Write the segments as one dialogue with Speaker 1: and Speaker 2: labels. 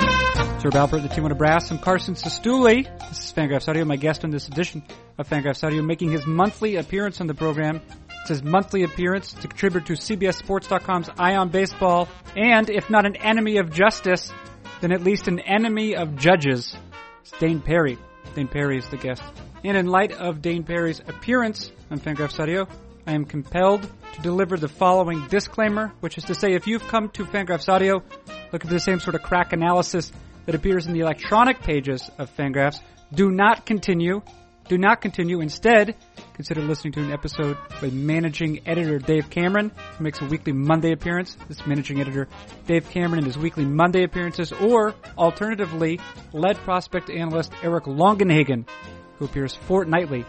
Speaker 1: Arthur Balfour at the Timona Brass. I'm Carson Sestouli. This is Fangraphs Audio, my guest on this edition of Fangraphs Audio, making his monthly appearance on the program. It's his monthly appearance to contribute to CBSSports.com's Eye on Baseball, and if not an enemy of justice, then at least an enemy of judges. It's Dane Perry. Dane Perry is the guest. And in light of Dane Perry's appearance on Fangraphs Audio, I am compelled to deliver the following disclaimer, which is to say if you've come to Fangraphs Audio looking for the same sort of crack analysis that appears in the electronic pages of Fangraphs, do not continue. Do not continue. Instead, consider listening to an episode with managing editor Dave Cameron, who makes a weekly Monday appearance. This is managing editor Dave Cameron and his weekly Monday appearances, or alternatively, lead prospect analyst Eric Longenhagen, who appears fortnightly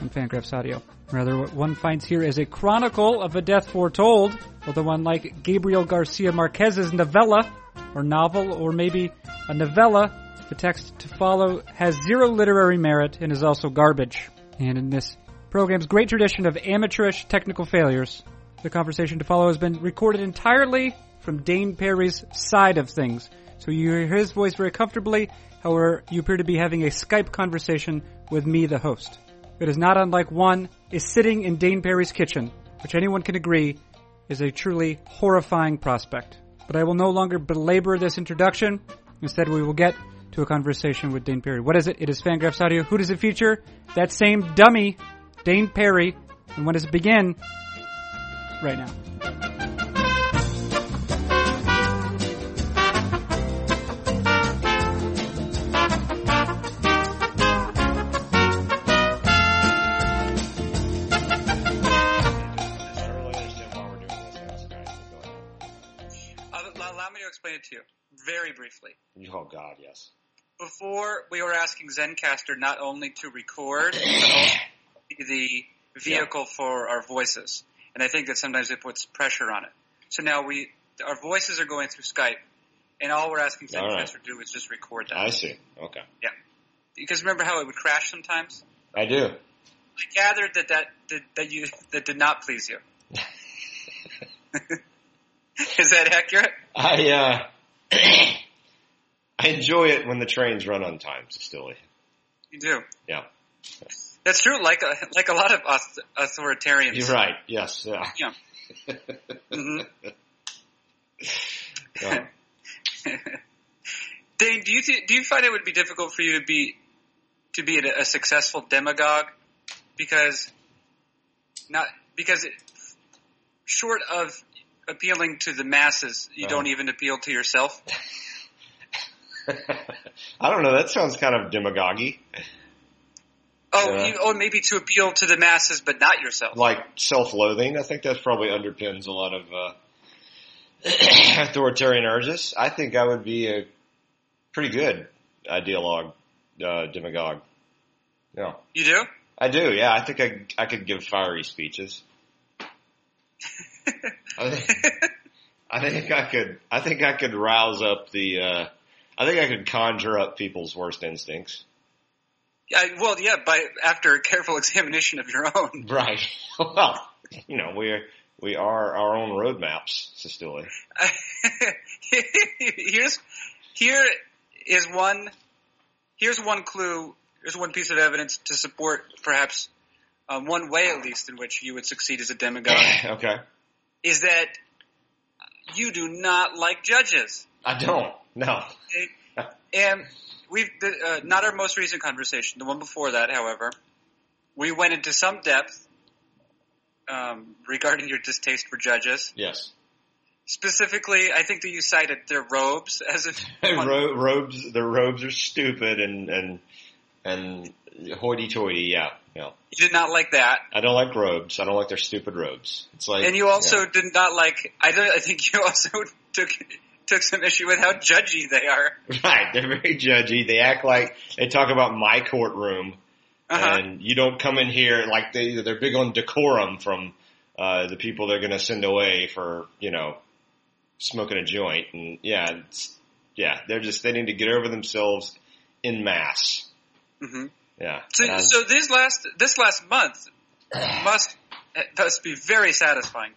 Speaker 1: on Fangraphs Audio. Rather, what one finds here is a chronicle of a death foretold, although unlike Gabriel Garcia Marquez's novella, or novel, or maybe a novella, the text to follow has zero literary merit and is also garbage. And in this program's great tradition of amateurish technical failures, the conversation to follow has been recorded entirely from Dane Perry's side of things. So you hear his voice very comfortably, however, you appear to be having a Skype conversation with me, the host that is not unlike one is sitting in Dane Perry's kitchen, which anyone can agree is a truly horrifying prospect. But I will no longer belabor this introduction. Instead, we will get to a conversation with Dane Perry. What is it? It is Fangraphs Audio. Who does it feature? That same dummy, Dane Perry. And when does it begin? Right now.
Speaker 2: I don't really understand why we're doing this now. It's kind of going on.
Speaker 3: I'll- Allow, Uh, allow me to explain it to you very briefly.
Speaker 2: Oh God, yes.
Speaker 3: Before we were asking Zencaster not only to record, but also to be the vehicle for our voices, and I think that sometimes it puts pressure on it. So now we, our voices are going through Skype, and all we're asking
Speaker 2: All
Speaker 3: Zencaster
Speaker 2: right.
Speaker 3: to do is just record that.
Speaker 2: I see. Okay,
Speaker 3: Because remember how it would crash sometimes.
Speaker 2: I do.
Speaker 3: I gathered that that did, that you that did not please you. is that accurate?
Speaker 2: I uh, I enjoy it when the trains run on time, Stilly.
Speaker 3: You do.
Speaker 2: Yeah.
Speaker 3: That's true. Like a, like a lot of us authoritarians.
Speaker 2: You're right. Yes. Yeah. Mm-hmm.
Speaker 3: Yeah. Mhm.
Speaker 2: Yeah.
Speaker 3: Dane, do you th- do you find it would be difficult for you to be to be a, a successful demagogue because not because it, short of appealing to the masses, you
Speaker 2: Uh-huh.
Speaker 3: don't even appeal to yourself.
Speaker 2: I don't know. That sounds kind of demagogy,
Speaker 3: Oh,
Speaker 2: Yeah.
Speaker 3: you, oh, maybe to appeal to the masses, but not yourself.
Speaker 2: like self-loathing. I think that probably underpins a lot of uh, authoritarian urges. I think I would be a pretty good ideologue, uh, demagogue. Yeah.
Speaker 3: You do?
Speaker 2: I do, yeah. I think I, I could give fiery speeches. I think, I think I could. I think I could rouse up the. Uh, I think I could conjure up people's worst instincts.
Speaker 3: Yeah, well, yeah. By after a careful examination of your own,
Speaker 2: Right. well, you know we're we are our own roadmaps, Sestouli.
Speaker 3: here's here is one here's one clue here's one piece of evidence to support perhaps um, one way at least in which you would succeed as a demagogue
Speaker 2: okay.
Speaker 3: is that you do not like judges
Speaker 2: I don't. No.
Speaker 3: and we've the, uh, not our most recent conversation the one before that however we went into some depth um, regarding your distaste for judges
Speaker 2: Yes.
Speaker 3: specifically i think that you cited their robes as if
Speaker 2: Ro- robes. Their robes are stupid and and and hoity-toity. Yeah. Yeah.
Speaker 3: you did not like that
Speaker 2: I don't like robes. I don't like their stupid robes. It's like
Speaker 3: And you also
Speaker 2: yeah.
Speaker 3: did not like. I don't. I think you also took took some issue with how judgy they are.
Speaker 2: right. They're very judgy. They act like they talk about my courtroom,
Speaker 3: Uh-huh.
Speaker 2: and you don't come in here like they they're big on decorum from uh, the people they're going to send away for you know smoking a joint and yeah it's, yeah they're just they need to get over themselves in mass.
Speaker 3: hmm
Speaker 2: Yeah.
Speaker 3: So,
Speaker 2: And I'm-
Speaker 3: so this last this last month must must be very satisfying.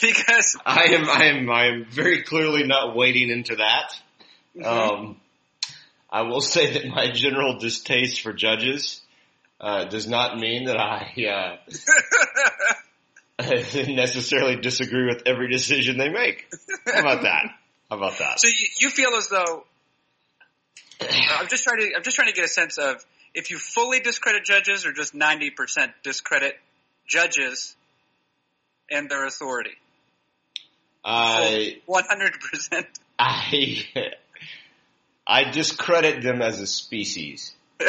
Speaker 3: because
Speaker 2: I am, I am, I am very clearly not wading into that.
Speaker 3: Mm-hmm.
Speaker 2: Um, I will say that my general distaste for judges uh, does not mean that I uh, necessarily disagree with every decision they make. How about that? How about that?
Speaker 3: so you, you feel as though I'm just trying to I'm just trying to get a sense of if you fully discredit judges or just 90% discredit judges and their authority.
Speaker 2: I
Speaker 3: 100%.
Speaker 2: I I discredit them as a species.
Speaker 3: do,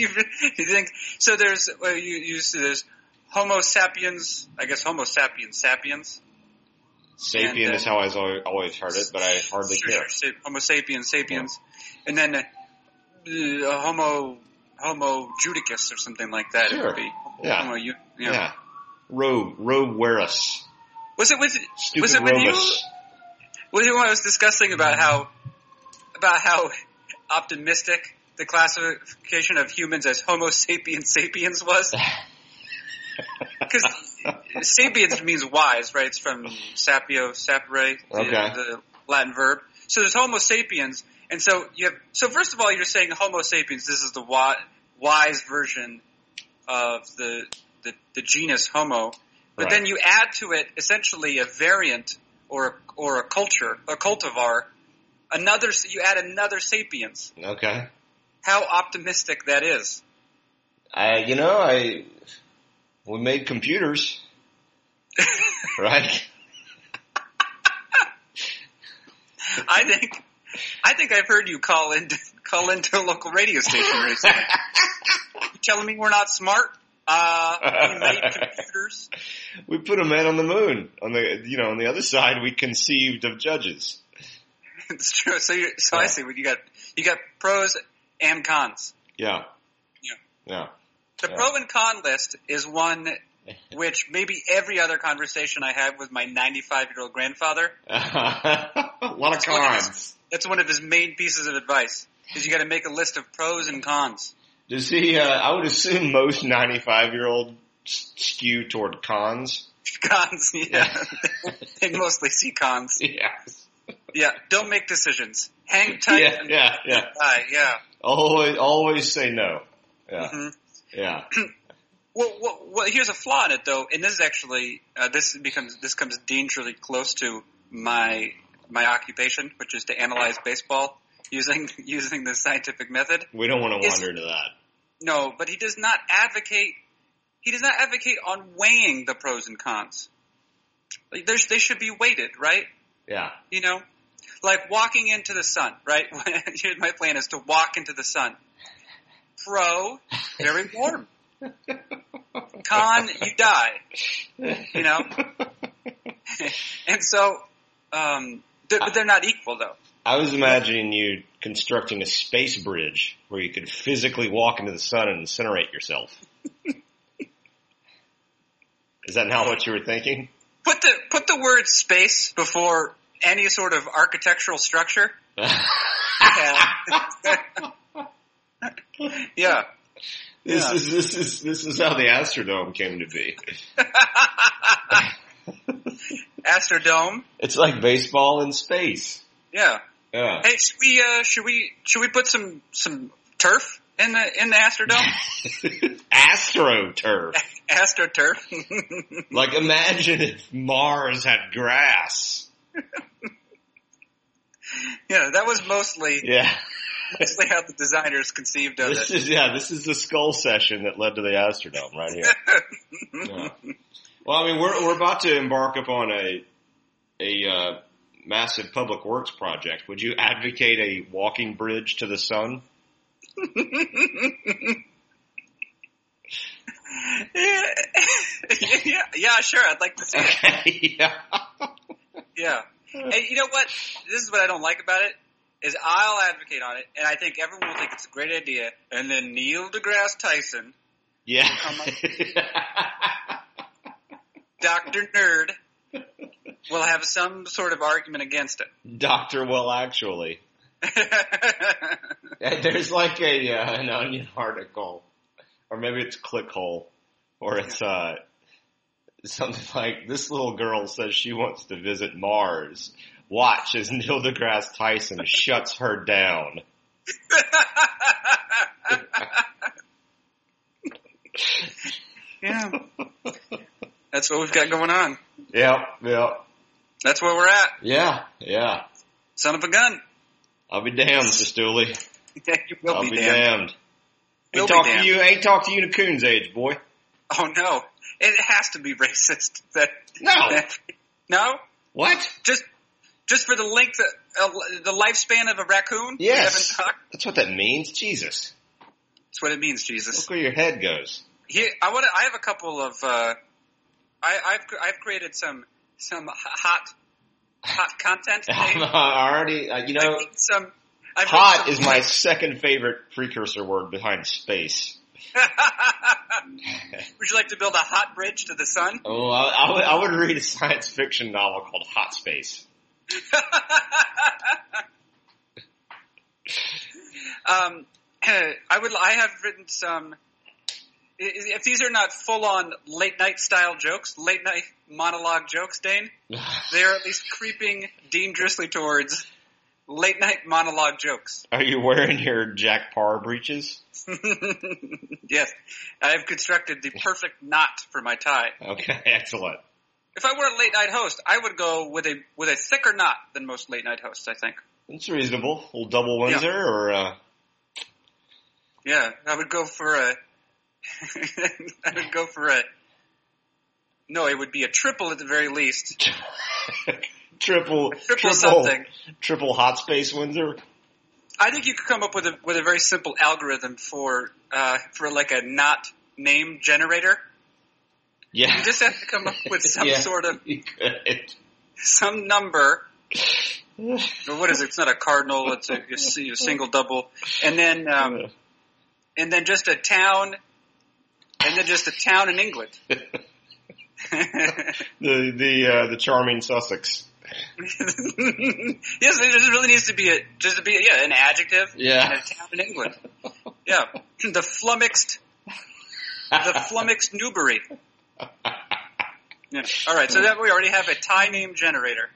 Speaker 3: you, do you think so? There's well, you you see there's Homo sapiens. I guess Homo sapiens sapiens.
Speaker 2: Sapien
Speaker 3: And, uh,
Speaker 2: is how I've always, always heard it, but I hardly
Speaker 3: Sure,
Speaker 2: care.
Speaker 3: sure, sa- Homo sapiens sapiens, and then uh, uh, Homo Homo judicus or something like that. It
Speaker 2: Sure.
Speaker 3: would be
Speaker 2: Yeah.
Speaker 3: Homo, you, you know.
Speaker 2: Yeah. Roe, Roe Warus.
Speaker 3: Was it with
Speaker 2: Stupid
Speaker 3: Was it with you?
Speaker 2: Robus.
Speaker 3: was it when I was discussing about how about how optimistic the classification of humans as Homo sapiens sapiens was? Because sapiens means wise, right? It's from sapio sapere, the,
Speaker 2: Okay.
Speaker 3: the Latin verb. So there's Homo sapiens, and so you have. So first of all, you're saying Homo sapiens. This is the wi- wise version of the the, the genus Homo. But
Speaker 2: Right.
Speaker 3: then you add to it essentially a variant or a, or a culture, a cultivar, another. You add another sapiens.
Speaker 2: Okay.
Speaker 3: How optimistic that is.
Speaker 2: I, you know, I, we made computers. right?
Speaker 3: I think I think I've heard you call in call into a local radio station recently. you telling me we're not smart? Uh, we made computers.
Speaker 2: We put a man on the moon. On the, you know, on the other side, we conceived of judges.
Speaker 3: It's true. So you so I
Speaker 2: Yeah.
Speaker 3: see what you got. You got pros and cons.
Speaker 2: Yeah.
Speaker 3: Yeah.
Speaker 2: Yeah.
Speaker 3: The
Speaker 2: Yeah.
Speaker 3: pro and con list is one which maybe every other conversation I have with my 95 year old grandfather.
Speaker 2: a lot of
Speaker 3: one of his-
Speaker 2: cons.
Speaker 3: That's one of his main pieces of advice. Is you got to make a list of pros and cons.
Speaker 2: Does he? Uh, I would assume most ninety-five-year-old skew toward cons.
Speaker 3: Cons, yeah. they mostly see cons.
Speaker 2: Yeah,
Speaker 3: Yeah, don't make decisions. Hang tight
Speaker 2: yeah,
Speaker 3: and
Speaker 2: yeah, yeah.
Speaker 3: die. Yeah.
Speaker 2: Always, always say no. Yeah,
Speaker 3: Mhm.
Speaker 2: yeah.
Speaker 3: Well, well, well, here's a flaw in it though, and this is actually uh, this becomes this comes dangerously close to my my occupation, which is to analyze baseball using using the scientific method.
Speaker 2: We don't want to
Speaker 3: Is-
Speaker 2: wander into that.
Speaker 3: No, but he does not advocate. He does not advocate on weighing the pros and cons. Like there's, they should be weighted, right?
Speaker 2: Yeah,
Speaker 3: You know, like walking into the sun, right? Here's my plan is to walk into the sun. Pro, very warm. Con, you die. You know, and so um, they're, but they're not equal though.
Speaker 2: I was imagining you constructing a space bridge where you could physically walk into the sun and incinerate yourself. Is that not what you were thinking?
Speaker 3: Put the put the word space before any sort of architectural structure. yeah.
Speaker 2: This
Speaker 3: Yeah.
Speaker 2: is this is this is how the Astrodome came to be.
Speaker 3: Astrodome.
Speaker 2: It's like baseball in space.
Speaker 3: Yeah.
Speaker 2: Yeah.
Speaker 3: Hey, should we uh, should we should we put some some turf in the in the Astrodome?
Speaker 2: AstroTurf.
Speaker 3: AstroTurf.
Speaker 2: Like imagine if Mars had grass.
Speaker 3: yeah, that was mostly
Speaker 2: Yeah.
Speaker 3: mostly how the designers conceived of
Speaker 2: This
Speaker 3: it.
Speaker 2: is yeah, this is the skull session that led to the Astrodome right here. Yeah. Well, I mean, we're we're about to embark upon a a uh, massive public works project. Would you advocate a walking bridge to the sun?
Speaker 3: yeah, yeah, yeah, sure. I'd like to see it.
Speaker 2: Okay. yeah.
Speaker 3: Yeah. Hey, you know what? This is what I don't like about it. Is I'll advocate on it, and I think everyone will think it's a great idea. And then Neil deGrasse Tyson,
Speaker 2: Yeah.
Speaker 3: Doctor Nerd, will have some sort of argument against it.
Speaker 2: Doctor, well, actually,
Speaker 3: yeah,
Speaker 2: Yeah, there's like a uh, an onion article, or maybe it's clickhole, or it's uh, something like, "This little girl says she wants to visit Mars. Watch as Neil deGrasse Tyson shuts her down."
Speaker 3: yeah, that's what we've got going on.
Speaker 2: Yep, yep,
Speaker 3: That's where we're at.
Speaker 2: yeah, yeah.
Speaker 3: Son of a gun.
Speaker 2: I'll be damned, Sestouli.
Speaker 3: Yeah, you will
Speaker 2: I'll
Speaker 3: be,
Speaker 2: be
Speaker 3: damned.
Speaker 2: damned. Ain't
Speaker 3: Will be
Speaker 2: talk to
Speaker 3: damned.
Speaker 2: you. Ain't talk to you in a coon's age, boy.
Speaker 3: Oh no, it has to be racist. That
Speaker 2: No.
Speaker 3: that- no,
Speaker 2: What?
Speaker 3: just just for the length, of, uh, the lifespan of a raccoon. we
Speaker 2: Yes.
Speaker 3: haven't talked?
Speaker 2: That's what that means. Jesus.
Speaker 3: that's what it means, Jesus.
Speaker 2: Look where your head goes.
Speaker 3: Here, I want. I have a couple of. Uh, I, I've cr- I've created some some h- hot hot content.
Speaker 2: I'm
Speaker 3: today.
Speaker 2: already, uh, you
Speaker 3: I
Speaker 2: know,
Speaker 3: made some. I've
Speaker 2: hot
Speaker 3: made
Speaker 2: is
Speaker 3: some-
Speaker 2: my second favorite precursor word behind space.
Speaker 3: Would you like to build a hot bridge to the sun?
Speaker 2: Oh, I, I, would, I would read a science fiction novel called Hot Space.
Speaker 3: um, I would. I have written some. i- If these are not full-on late-night style jokes, late-night monologue jokes, Dane, they are at least creeping dangerously towards late-night monologue jokes.
Speaker 2: Are you wearing your Jack Parr breeches?
Speaker 3: yes, I have constructed the perfect knot for my tie.
Speaker 2: Okay, excellent.
Speaker 3: If I were a late-night host, I would go with a with a thicker knot than most late-night hosts. I think.
Speaker 2: It's reasonable. A little double Windsor or uh,
Speaker 3: Yeah, I would go for a. I would go for a. No, it would be a triple at the very least.
Speaker 2: triple,
Speaker 3: Triple, something.
Speaker 2: triple Hot Space Windsor.
Speaker 3: I think you could come up with a with a very simple algorithm for uh, for like a not name generator.
Speaker 2: Yeah,
Speaker 3: You just have to come up with some
Speaker 2: Yeah.
Speaker 3: sort of
Speaker 2: you could.
Speaker 3: some number. Or what is it? It's not a cardinal. It's a, a si- a single double, and then um, and then just a town, and then just a town in England.
Speaker 2: the the uh, the charming Sussex.
Speaker 3: yes, there just really needs to be a just to be yeah an adjective.
Speaker 2: Yeah.
Speaker 3: and a town in England. Yeah, the flummoxed, the flummoxed Newbury. Yeah. All right, so that we already have a Thai name generator.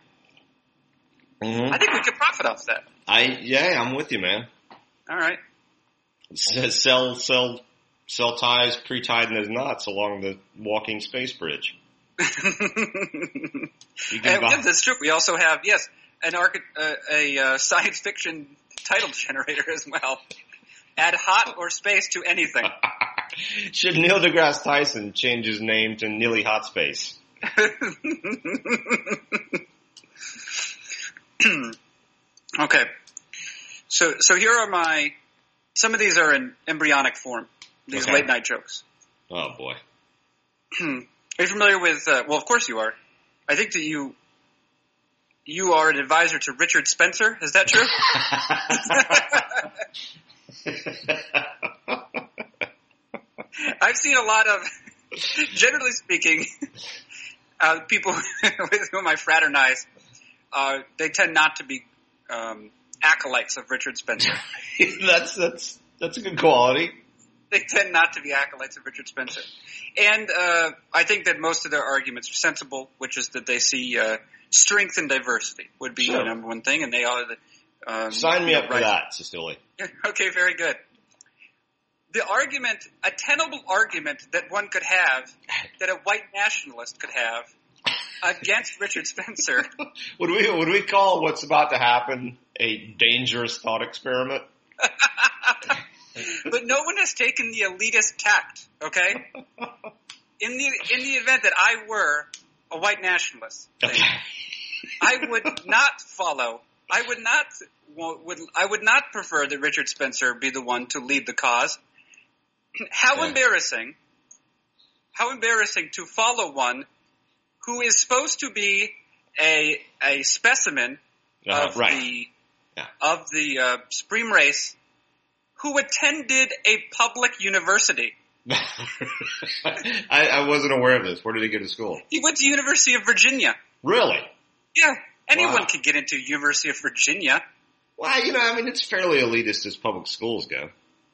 Speaker 2: Mhm.
Speaker 3: I think we could profit off that.
Speaker 2: I yeah, I'm with you, man.
Speaker 3: All right,
Speaker 2: S- Sell sell sell ties pre-tied in those knots along the walking space bridge. You can
Speaker 3: And,
Speaker 2: buy-
Speaker 3: yeah, that's true. We also have yes an archi- uh, a uh, science fiction title generator as well. Add hot or space to anything.
Speaker 2: Should Neil deGrasse Tyson change his name to Neely Hot Space?
Speaker 3: okay. So so here are my some of these are in embryonic form. These
Speaker 2: Okay.
Speaker 3: late night jokes.
Speaker 2: Oh boy.
Speaker 3: Are you familiar with? Uh, well, of course you are. I think that you you are an advisor to Richard Spencer. Is that true? I've seen a lot of, generally speaking, uh, people with whom I fraternize, uh, they tend not to be um, acolytes of Richard Spencer.
Speaker 2: that's that's that's a good quality.
Speaker 3: they tend not to be acolytes of Richard Spencer. And uh, I think that most of their arguments are sensible, which is that they see uh, strength in diversity would be
Speaker 2: Sure.
Speaker 3: the number one thing, and they are the. Um,
Speaker 2: Sign me
Speaker 3: you
Speaker 2: up
Speaker 3: know,
Speaker 2: for
Speaker 3: right-
Speaker 2: that, Cecily.
Speaker 3: Okay, very good. The argument, a tenable argument that one could have, that a white nationalist could have, against Richard Spencer.
Speaker 2: Would we would we call what's about to happen a dangerous thought experiment?
Speaker 3: but no one has taken the elitist tact. Okay, in the in the event that I were a white nationalist,
Speaker 2: Okay.
Speaker 3: I would not follow. I would not would I would not prefer that Richard Spencer be the one to lead the cause. How
Speaker 2: Yeah.
Speaker 3: embarrassing! How embarrassing to follow one who is supposed to be a a specimen
Speaker 2: Uh,
Speaker 3: of
Speaker 2: right.
Speaker 3: the
Speaker 2: Yeah.
Speaker 3: of the uh, Supreme Race who attended a public university.
Speaker 2: I, I wasn't aware of this. Where did he go to school?
Speaker 3: He went to University of Virginia.
Speaker 2: Really?
Speaker 3: Yeah, anyone
Speaker 2: Wow.
Speaker 3: could get into University of Virginia.
Speaker 2: Well, you know, I mean, it's fairly elitist as public schools go.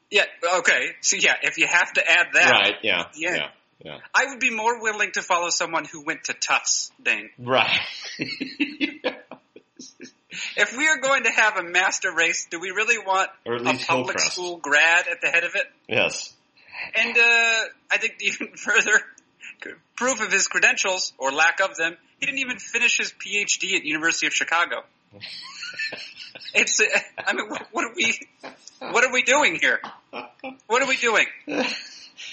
Speaker 3: Yeah, okay. So yeah, if you have to add that,
Speaker 2: Right. Yeah.
Speaker 3: Yeah.
Speaker 2: Yeah. Yeah.
Speaker 3: I would be more willing to follow someone who went to Tufts, Dane.
Speaker 2: Right.
Speaker 3: If we are going to have a master race, do we really want
Speaker 2: Or at
Speaker 3: a
Speaker 2: least
Speaker 3: public
Speaker 2: Hillcrest.
Speaker 3: school grad at the head of it?
Speaker 2: yes.
Speaker 3: And uh, I think even further proof of his credentials or lack of them, he didn't even finish his PhD at University of Chicago. it's uh, I mean, what, what are we what are we doing here? What are we doing?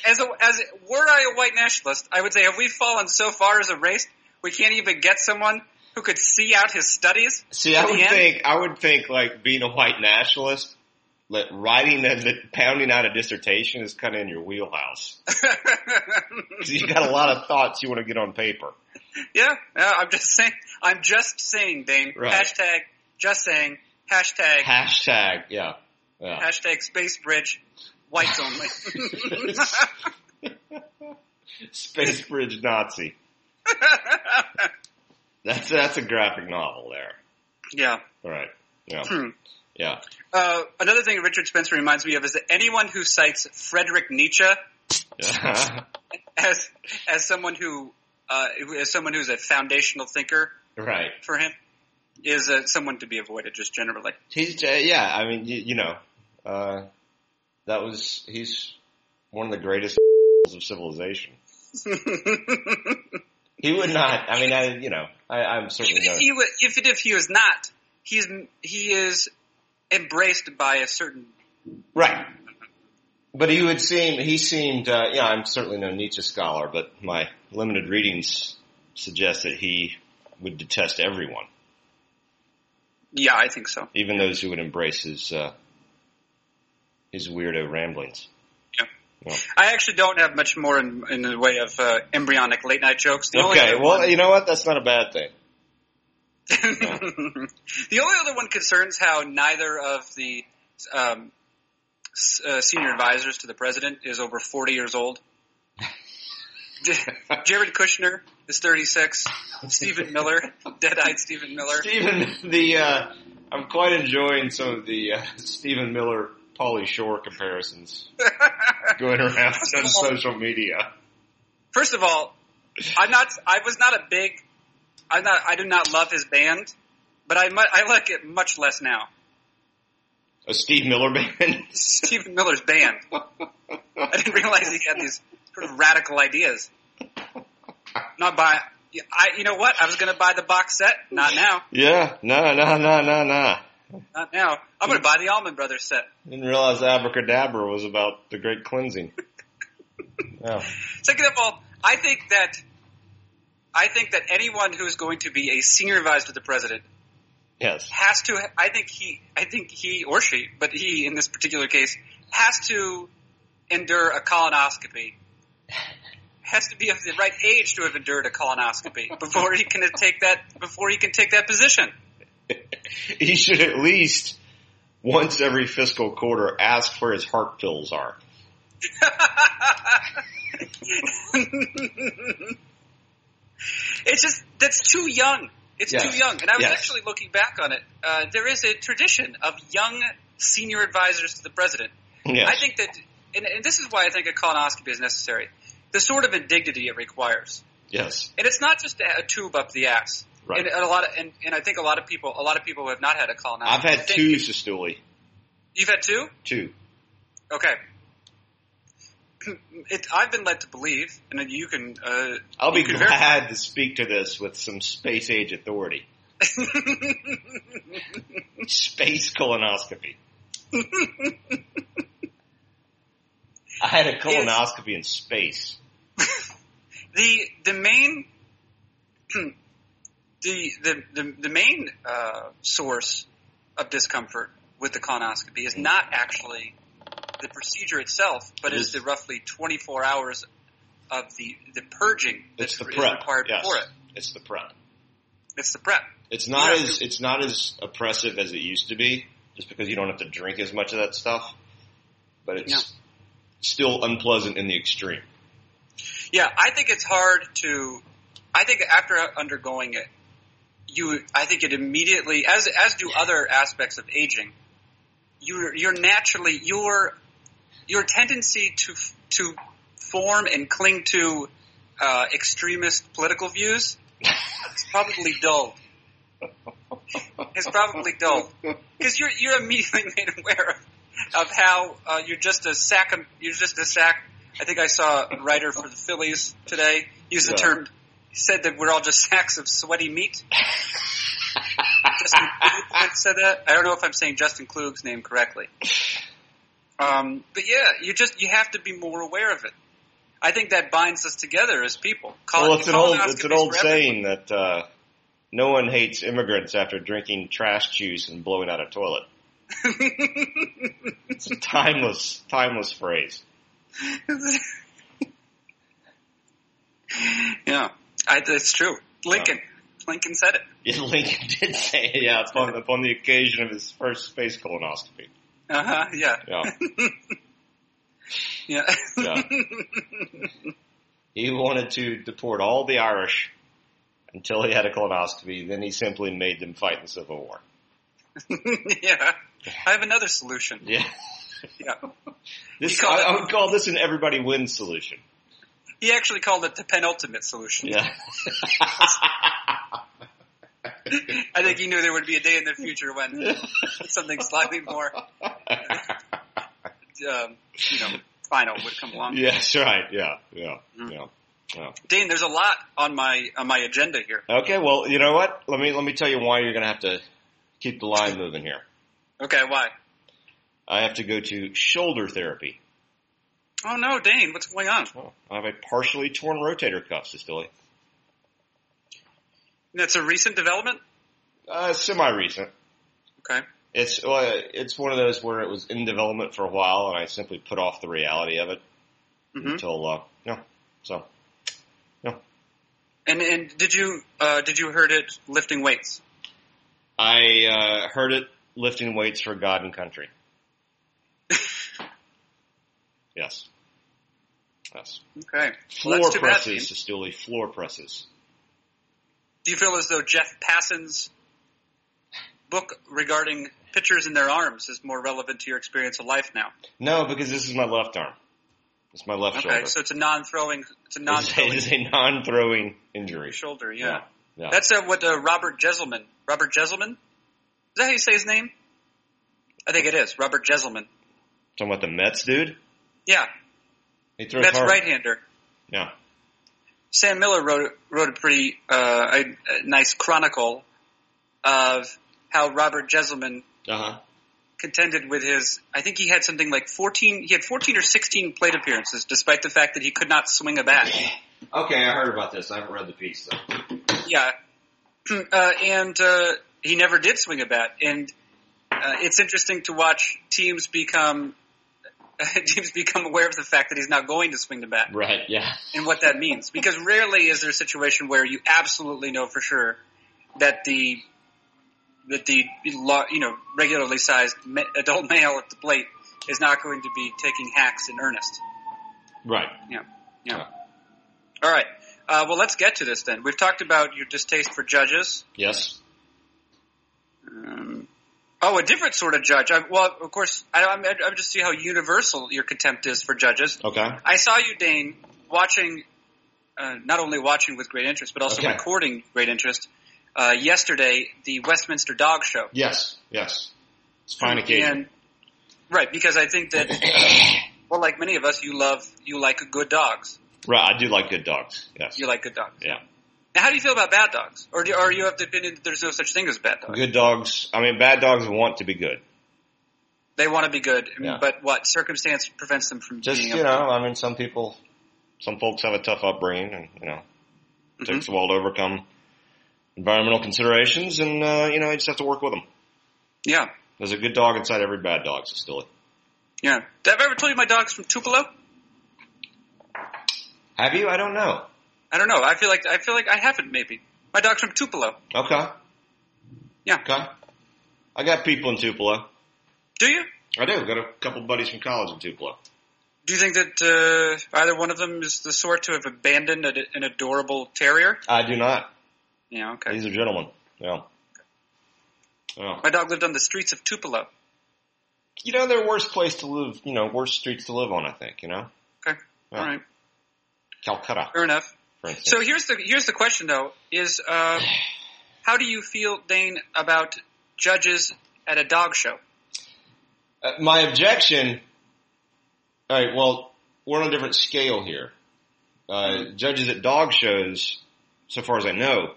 Speaker 3: As a, as a- were I a white nationalist, I would say have we fallen so far as a race we can't even get someone who could see out his studies?
Speaker 2: See,
Speaker 3: At
Speaker 2: I
Speaker 3: the
Speaker 2: would
Speaker 3: end-
Speaker 2: think I would think like being a white nationalist, like writing and pounding out a dissertation is kind of in your wheelhouse. 'Cause you got a lot of thoughts you want to get on paper.
Speaker 3: Yeah, yeah, I'm just saying. I'm just saying, Dane.
Speaker 2: Right.
Speaker 3: Hashtag just saying. Hashtag
Speaker 2: Hashtag, yeah, yeah.
Speaker 3: hashtag space bridge. Whites only.
Speaker 2: Space Bridge Nazi. That's that's a graphic novel there.
Speaker 3: yeah.
Speaker 2: All right. Yeah.
Speaker 3: Hmm.
Speaker 2: Yeah.
Speaker 3: Uh, another thing Richard Spencer reminds me of is that anyone who cites Frederick Nietzsche as as someone who uh, who- as someone who's a foundational thinker
Speaker 2: right.
Speaker 3: for him is uh, someone to be avoided just generally.
Speaker 2: He's uh, yeah. I mean, you, you know, uh, that was he's one of the greatest of civilization. He would not. I mean, I you know, I, I'm certainly
Speaker 3: even if
Speaker 2: not.
Speaker 3: he was, if if he was not, he's he is embraced by a certain.
Speaker 2: Right. But he would seem, he seemed, uh, yeah, I'm certainly no Nietzsche scholar, but my limited readings suggest that he would detest everyone,
Speaker 3: Yeah, I think so.
Speaker 2: even those who would embrace his, uh, his weirdo ramblings.
Speaker 3: I actually don't have much more in, in the way of uh, embryonic late night jokes. The only
Speaker 2: Okay,
Speaker 3: other
Speaker 2: well,
Speaker 3: one-
Speaker 2: you know what? That's not a bad thing.
Speaker 3: the only other one concerns how neither of the um, s- uh, senior advisors to the president is over 40 years old. Jared Kushner is 36. Stephen Miller, dead-eyed Stephen Miller.
Speaker 2: Stephen, the, uh, I'm quite enjoying some of the, uh, Stephen Miller, Pauly Shore comparisons going around on social media.
Speaker 3: First of all, I'm not. I was not a big. I'm not. I do not love his band, but I mu- I like it much less now.
Speaker 2: A Steve Miller band.
Speaker 3: Stephen Miller's band. I didn't realize he had these sort of radical ideas. Not buy. I. You know what? I was going to buy the box set. Not now.
Speaker 2: Yeah, no, no, no, no, no.
Speaker 3: Not now. I'm going to buy the Allman Brothers set.
Speaker 2: Didn't realize abracadabra was about the great cleansing. Oh, yeah.
Speaker 3: Second of all, I think that. I think that anyone who is going to be a senior advisor to the president
Speaker 2: Yes.
Speaker 3: has to. I think he. I think he or she, but he in this particular case has to endure a colonoscopy. Has to be of the right age to have endured a colonoscopy before he can take that. Before he can take that position.
Speaker 2: He should at least once every fiscal quarter ask where his heart pills are.
Speaker 3: It's just that's too young. It's
Speaker 2: Yes.
Speaker 3: too young. And I was
Speaker 2: Yes.
Speaker 3: actually looking back on it. Uh, there is a tradition of young senior advisors to the president.
Speaker 2: Yes.
Speaker 3: I think that, and, and this is why I think a colonoscopy is necessary. The sort of indignity it requires,
Speaker 2: yes.
Speaker 3: and it's not just a, a tube up the ass.
Speaker 2: Right.
Speaker 3: And, and a lot of, and, and I think a lot of people, a lot of people who have not had a colonoscopy.
Speaker 2: I've had
Speaker 3: think-
Speaker 2: two, Sestouli.
Speaker 3: You've had two.
Speaker 2: Two.
Speaker 3: Okay. It, I've been led to believe, and then you can. Uh,
Speaker 2: I'll be
Speaker 3: you can verify-
Speaker 2: glad to speak to this with some space age authority. Space colonoscopy. I had a colonoscopy in space.
Speaker 3: the the main the the the, the main uh, source of discomfort with the colonoscopy is not actually the procedure itself, but
Speaker 2: It
Speaker 3: is
Speaker 2: is-
Speaker 3: the roughly 24 hours of the the purging
Speaker 2: It's
Speaker 3: that's
Speaker 2: the
Speaker 3: re-
Speaker 2: prep.
Speaker 3: required
Speaker 2: yes.
Speaker 3: for it.
Speaker 2: It's the prep.
Speaker 3: It's the prep.
Speaker 2: It's not
Speaker 3: Yeah.
Speaker 2: as it's not as oppressive as it used to be, just because you don't have to drink as much of that stuff. But it's
Speaker 3: Yeah.
Speaker 2: still unpleasant in the extreme.
Speaker 3: Yeah, I think it's hard to. I think after undergoing it, you. I think it immediately, as as do other aspects of aging, you're you're naturally your your tendency to f- to conform and cling to uh, extremist political views, it's probably dulled. It's probably dulled because you're you're immediately made aware of, of how uh, you're just a sack. Of, you're just a sack. I think I saw a writer for the Phillies today use the
Speaker 2: Yeah.
Speaker 3: term. He said that we're all just sacks of sweaty meat. Justin Klug said that. I don't know if I'm saying Justin Klug's name correctly. Um, but yeah, you just you have to be more aware of it. I think that binds us together as people. Col-
Speaker 2: Well, it's an old it's
Speaker 3: colonoscopies
Speaker 2: an old
Speaker 3: for everyone.
Speaker 2: saying that uh, no one hates immigrants after drinking trash juice and blowing out a toilet. It's a timeless timeless phrase.
Speaker 3: yeah, I, it's true. Lincoln, Lincoln said it.
Speaker 2: Yeah, Lincoln did say, it, yeah, upon, upon the occasion of his first space colonoscopy.
Speaker 3: Uh huh. Yeah.
Speaker 2: Yeah,
Speaker 3: Yeah.
Speaker 2: yeah. he wanted to deport all the Irish until he had a colonoscopy. Then he simply made them fight in the Civil War.
Speaker 3: yeah. I have another solution.
Speaker 2: Yeah,
Speaker 3: Yeah.
Speaker 2: this
Speaker 3: You call
Speaker 2: I,
Speaker 3: it-
Speaker 2: I would call this an everybody wins solution.
Speaker 3: He actually called it the penultimate solution.
Speaker 2: Yeah,
Speaker 3: I think he knew there would be a day in the future when something slightly more, um, you know, final would come along.
Speaker 2: yes, right. Yeah, yeah,
Speaker 3: Mm.
Speaker 2: yeah.
Speaker 3: Dean, there's a lot on my on my agenda here.
Speaker 2: Okay, well, you know what? Let me let me tell you why you're going to have to keep the line moving here.
Speaker 3: Okay, why?
Speaker 2: I have to go to shoulder therapy.
Speaker 3: Oh no, Dane, what's going on?
Speaker 2: Oh, I have a partially torn rotator cuff, Cecily.
Speaker 3: That's a recent development.
Speaker 2: Uh, semi recent.
Speaker 3: Okay.
Speaker 2: It's uh, it's one of those where it was in development for a while, and I simply put off the reality of it
Speaker 3: hmm
Speaker 2: until uh, no. So
Speaker 3: And and did you uh, did you hurt it lifting weights?
Speaker 2: I uh, heard it lifting weights for God and country. yes. Yes.
Speaker 3: Okay. Well,
Speaker 2: Floor
Speaker 3: that's too bad,
Speaker 2: presses, Sestouli. Floor presses.
Speaker 3: Do you feel as though Jeff Passon's book regarding pitchers in their arms is more relevant to your experience of life now?
Speaker 2: No, because this is my left arm. It's my left
Speaker 3: Okay,
Speaker 2: shoulder.
Speaker 3: so it's a non-throwing, it's
Speaker 2: It's
Speaker 3: a
Speaker 2: a-
Speaker 3: non-throwing
Speaker 2: it's a non-throwing injury.
Speaker 3: shoulder. Yeah.
Speaker 2: Yeah. Yeah.
Speaker 3: That's uh, what uh, Robert Jeselman. Robert Jeselman. Is that how you say his name? I think it is Robert Jeselman.
Speaker 2: Talking about the Mets, dude.
Speaker 3: Yeah,
Speaker 2: He throws
Speaker 3: that's
Speaker 2: hard.
Speaker 3: right-hander.
Speaker 2: Yeah.
Speaker 3: Sam Miller wrote wrote a pretty uh, a, a nice chronicle of how Robert Jeselman
Speaker 2: Uh huh.
Speaker 3: contended with his. I think he had something like fourteen. He had fourteen or sixteen plate appearances, despite the fact that he could not swing a bat.
Speaker 2: Okay, I heard about this. I haven't read the piece though.
Speaker 3: Yeah, uh, and uh, he never did swing a bat. And uh, it's interesting to watch teams become teams become aware of the fact that he's not going to swing the bat.
Speaker 2: Right. Yeah.
Speaker 3: and what that means. Because rarely is there a situation where you absolutely know for sure that the that the lo- you know regularly sized ma- adult male at the plate is not going to be taking hacks in earnest.
Speaker 2: Right.
Speaker 3: All right. Uh, well, let's get to this then. We've talked about your distaste for judges.
Speaker 2: Yes.
Speaker 3: Um, oh, a different sort of judge. I, well, of course, I, I'm, I'm just see how universal your contempt is for judges.
Speaker 2: Okay.
Speaker 3: I saw you, Dane, watching, uh, not only watching with great interest, but also
Speaker 2: Okay.
Speaker 3: recording great interest. Uh, yesterday, the Westminster Dog Show.
Speaker 2: Yes. Yes. It's fine occasion.
Speaker 3: And, right, because I think that, uh, well, like many of us, you love, you like good dogs.
Speaker 2: Right. I do like good dogs. Yes.
Speaker 3: You like good dogs.
Speaker 2: Yeah.
Speaker 3: Now, how do you feel about bad dogs? Or do, are you of the opinion that there's no such thing as bad dogs?
Speaker 2: Good dogs. I mean, bad dogs want to be good.
Speaker 3: They want to be good,
Speaker 2: Yeah.
Speaker 3: but what circumstance prevents them from
Speaker 2: Just
Speaker 3: being?
Speaker 2: you know, I mean, some people, some folks have a tough upbringing, and you know, it takes a
Speaker 3: Mm-hmm.
Speaker 2: while to overcome environmental considerations, and uh, you know, you just have to work with them.
Speaker 3: yeah,
Speaker 2: There's a good dog inside every bad dog, so still it.
Speaker 3: yeah. Have I ever told you my dog's from Tupelo?
Speaker 2: Have you? I don't know.
Speaker 3: I don't know. I feel like I feel like I haven't. Maybe my dog's from Tupelo.
Speaker 2: Okay.
Speaker 3: Yeah.
Speaker 2: Okay. I got people in Tupelo.
Speaker 3: Do you?
Speaker 2: I do. Got a couple buddies from college in Tupelo.
Speaker 3: Do you think that uh, either one of them is the sort to have abandoned a, an adorable terrier?
Speaker 2: I do not.
Speaker 3: Yeah, okay.
Speaker 2: He's a gentleman. Yeah. Yeah.
Speaker 3: My dog lived on the streets of Tupelo.
Speaker 2: You know, they're worse place to live, you know, worse streets to live on, I think, you know?
Speaker 3: Okay.
Speaker 2: Yeah.
Speaker 3: All right.
Speaker 2: Calcutta,
Speaker 3: Fair enough.
Speaker 2: for instance.
Speaker 3: So here's the here's the question though: is uh, how do you feel, Dane, about judges at a dog show?
Speaker 2: Uh, my objection. All right. Well, we're on a different scale here. Uh, judges at dog shows, so far as I know,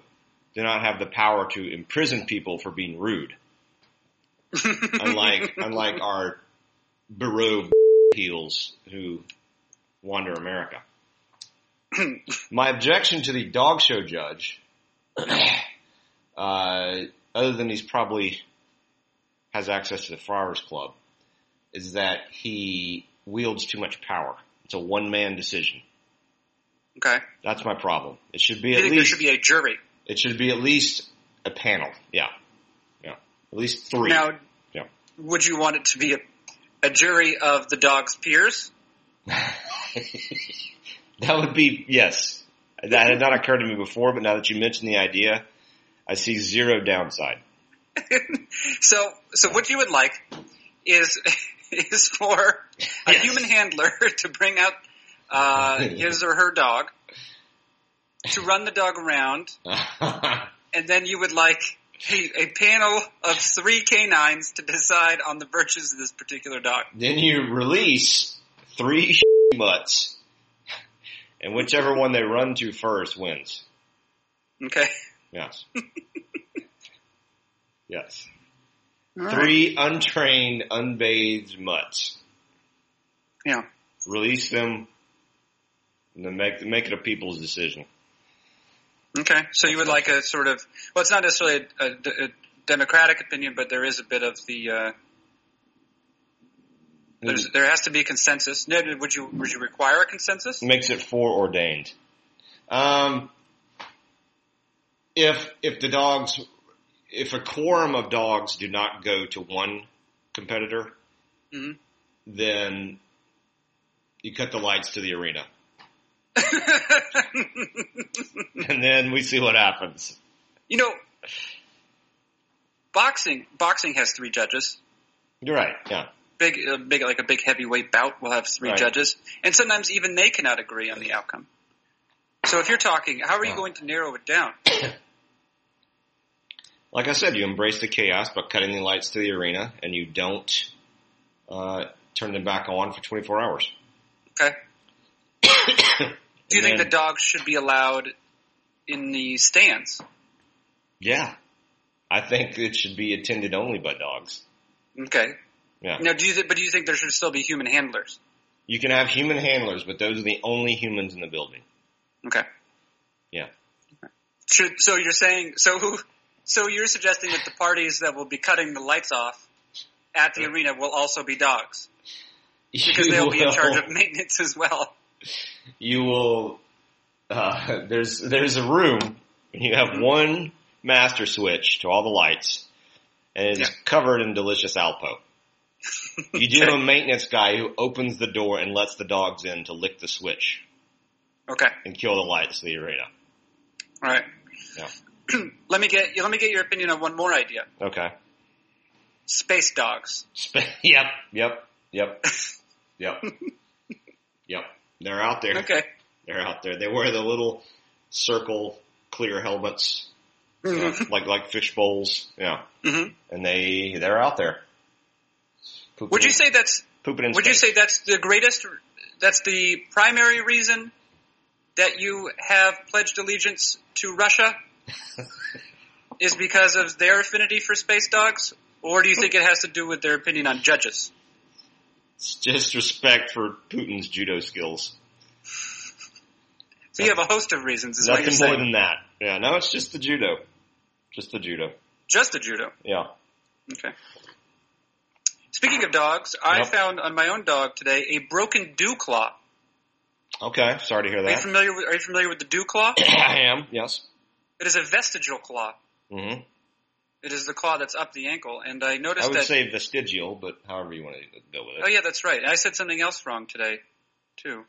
Speaker 2: do not have the power to imprison people for being rude. unlike unlike our bureau heels who wander America. My objection to the dog show judge, uh, other than he's probably has access to the Friars Club, is that he wields too much power. It's a one man decision.
Speaker 3: Okay,
Speaker 2: That's my problem. It should be
Speaker 3: you
Speaker 2: at
Speaker 3: think there
Speaker 2: least
Speaker 3: should be a jury?
Speaker 2: it should be at least a panel. Yeah, yeah, at least three.
Speaker 3: Now,
Speaker 2: Yeah.
Speaker 3: would you want it to be a, a jury of the dog's peers?
Speaker 2: That would be yes. That had not occurred to me before, but now that you mention the idea, I see zero downside.
Speaker 3: So, so what you would like is is for a
Speaker 2: Yes.
Speaker 3: human handler to bring out uh, his or her dog to run the dog around, and then you would like a, a panel of three canines to decide on the virtues of this particular dog.
Speaker 2: then you release three mutts, and whichever one they run to first wins.
Speaker 3: Okay.
Speaker 2: Yes. yes.
Speaker 3: All right.
Speaker 2: Three untrained, unbathed mutts.
Speaker 3: Yeah.
Speaker 2: Release them, and then make make it a people's decision.
Speaker 3: Okay. So you would like a sort of well, it's not necessarily a, a, a democratic opinion, but there is a bit of the uh, there's, there has to be a consensus. No, no, Would you would you require a consensus?
Speaker 2: makes it foreordained. Um, if if the dogs, if a quorum of dogs do not go to one competitor,
Speaker 3: Mhm.
Speaker 2: then you cut the lights to the arena, and then we see what happens.
Speaker 3: you know, boxing boxing has three judges.
Speaker 2: You're right. Yeah.
Speaker 3: Big, uh, big, like a big heavyweight bout will have three
Speaker 2: Right.
Speaker 3: judges, and sometimes even they cannot agree on the outcome. So if you're talking, how are you
Speaker 2: Wow.
Speaker 3: going to narrow it down?
Speaker 2: Like I said, you embrace the chaos by cutting the lights to the arena, and you don't uh, turn them back on for 24 hours.
Speaker 3: Okay. Do you
Speaker 2: And
Speaker 3: think the
Speaker 2: then-
Speaker 3: dogs should be allowed in the stands?
Speaker 2: Yeah. I think it should be attended only by dogs.
Speaker 3: Okay.
Speaker 2: Yeah.
Speaker 3: Now, do you? Th- but do you think there should still be human handlers?
Speaker 2: You can have human handlers, but those are the only humans in the building.
Speaker 3: Okay.
Speaker 2: Yeah.
Speaker 3: Should so you're saying so? Who, so you're suggesting that the parties that will be cutting the lights off at the arena will also be dogs because
Speaker 2: You
Speaker 3: they'll be in
Speaker 2: will-
Speaker 3: charge of maintenance as well.
Speaker 2: You will. Uh, there's there's a room. And you have one master switch to all the lights, and it's
Speaker 3: Yeah.
Speaker 2: covered in delicious Alpo. You do have a maintenance guy who opens the door and lets the dogs in to lick the switch
Speaker 3: Okay.
Speaker 2: and kill the lights in the arena.
Speaker 3: All right.
Speaker 2: Yeah.
Speaker 3: let me get let me get your opinion on one more idea.
Speaker 2: Okay.
Speaker 3: Space dogs.
Speaker 2: Sp- yep. Yep. Yep. Yep. yep. They're out there.
Speaker 3: Okay.
Speaker 2: They're out there. They wear the little circle clear helmets, uh,
Speaker 3: Mm-hmm.
Speaker 2: like like fish bowls. Yeah,
Speaker 3: hmm
Speaker 2: and they they're out there. Pooping
Speaker 3: Would you
Speaker 2: in-
Speaker 3: say that's
Speaker 2: pooping in
Speaker 3: Would you
Speaker 2: space.
Speaker 3: say that's the greatest? That's the primary reason that you have pledged allegiance to Russia is because of their affinity for space dogs, or do you think it has to do with their opinion on judges?
Speaker 2: It's just respect for Putin's judo skills?
Speaker 3: So you have a host of reasons. Is what you're
Speaker 2: Nothing more
Speaker 3: saying.
Speaker 2: than that. Yeah, no, it's just the judo, just the judo.
Speaker 3: Just the judo.
Speaker 2: Yeah,
Speaker 3: Okay. Speaking of dogs, I
Speaker 2: Yep.
Speaker 3: found on my own dog today a broken dew claw.
Speaker 2: okay. Sorry to hear
Speaker 3: Are you
Speaker 2: that.
Speaker 3: familiar with Are you familiar with the dew claw?
Speaker 2: I am. Yes.
Speaker 3: It is a vestigial claw.
Speaker 2: hmm
Speaker 3: It is the claw that's up the ankle, and I noticed
Speaker 2: I would
Speaker 3: that
Speaker 2: say vestigial, but however you want to go with it.
Speaker 3: Oh yeah, that's right. I said something else wrong today, too.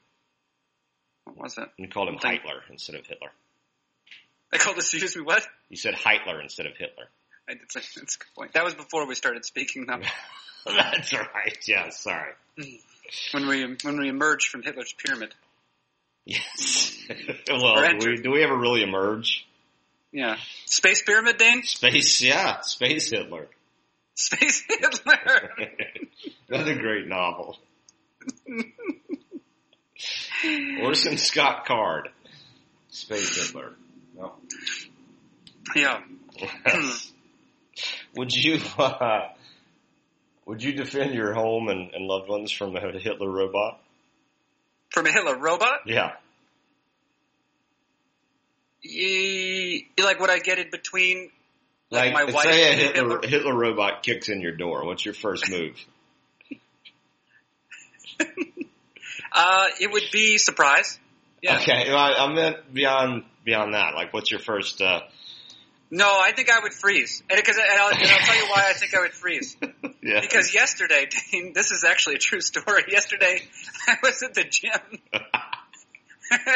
Speaker 3: What was it?
Speaker 2: You called him
Speaker 3: Something-
Speaker 2: Heitler instead of Hitler.
Speaker 3: I called this. Excuse me. What?
Speaker 2: You said Heitler instead of Hitler.
Speaker 3: I did say, that's a good point. That was before we started speaking, though.
Speaker 2: That's right. Yeah. Sorry.
Speaker 3: when we when we emerged from Hitler's pyramid.
Speaker 2: Yes. well,
Speaker 3: Or
Speaker 2: do we, do we ever really emerge?
Speaker 3: Yeah. Space Pyramid Dane?
Speaker 2: Space, yeah, Space Hitler.
Speaker 3: Space Hitler.
Speaker 2: Another great novel. Orson Scott Card. Space Hitler. No.
Speaker 3: yeah.
Speaker 2: would you uh, would you defend your home and, and loved ones from a Hitler robot?
Speaker 3: From a Hitler robot?
Speaker 2: Yeah.
Speaker 3: Ye- like, would I get in between?
Speaker 2: Like,
Speaker 3: Like my wife
Speaker 2: say a
Speaker 3: and
Speaker 2: Hitler,
Speaker 3: Hitler-
Speaker 2: Hitler robot kicks in your door. What's your first move?
Speaker 3: Uh, it would be surprise. Yeah.
Speaker 2: Okay, I, I meant beyond beyond that. Like, what's your first? Uh,
Speaker 3: No, I think I would freeze. And, cause, and, I'll, and I'll tell you why I think I would freeze.
Speaker 2: yeah.
Speaker 3: Because yesterday, Dane, this is actually a true story. Yesterday, I was at the gym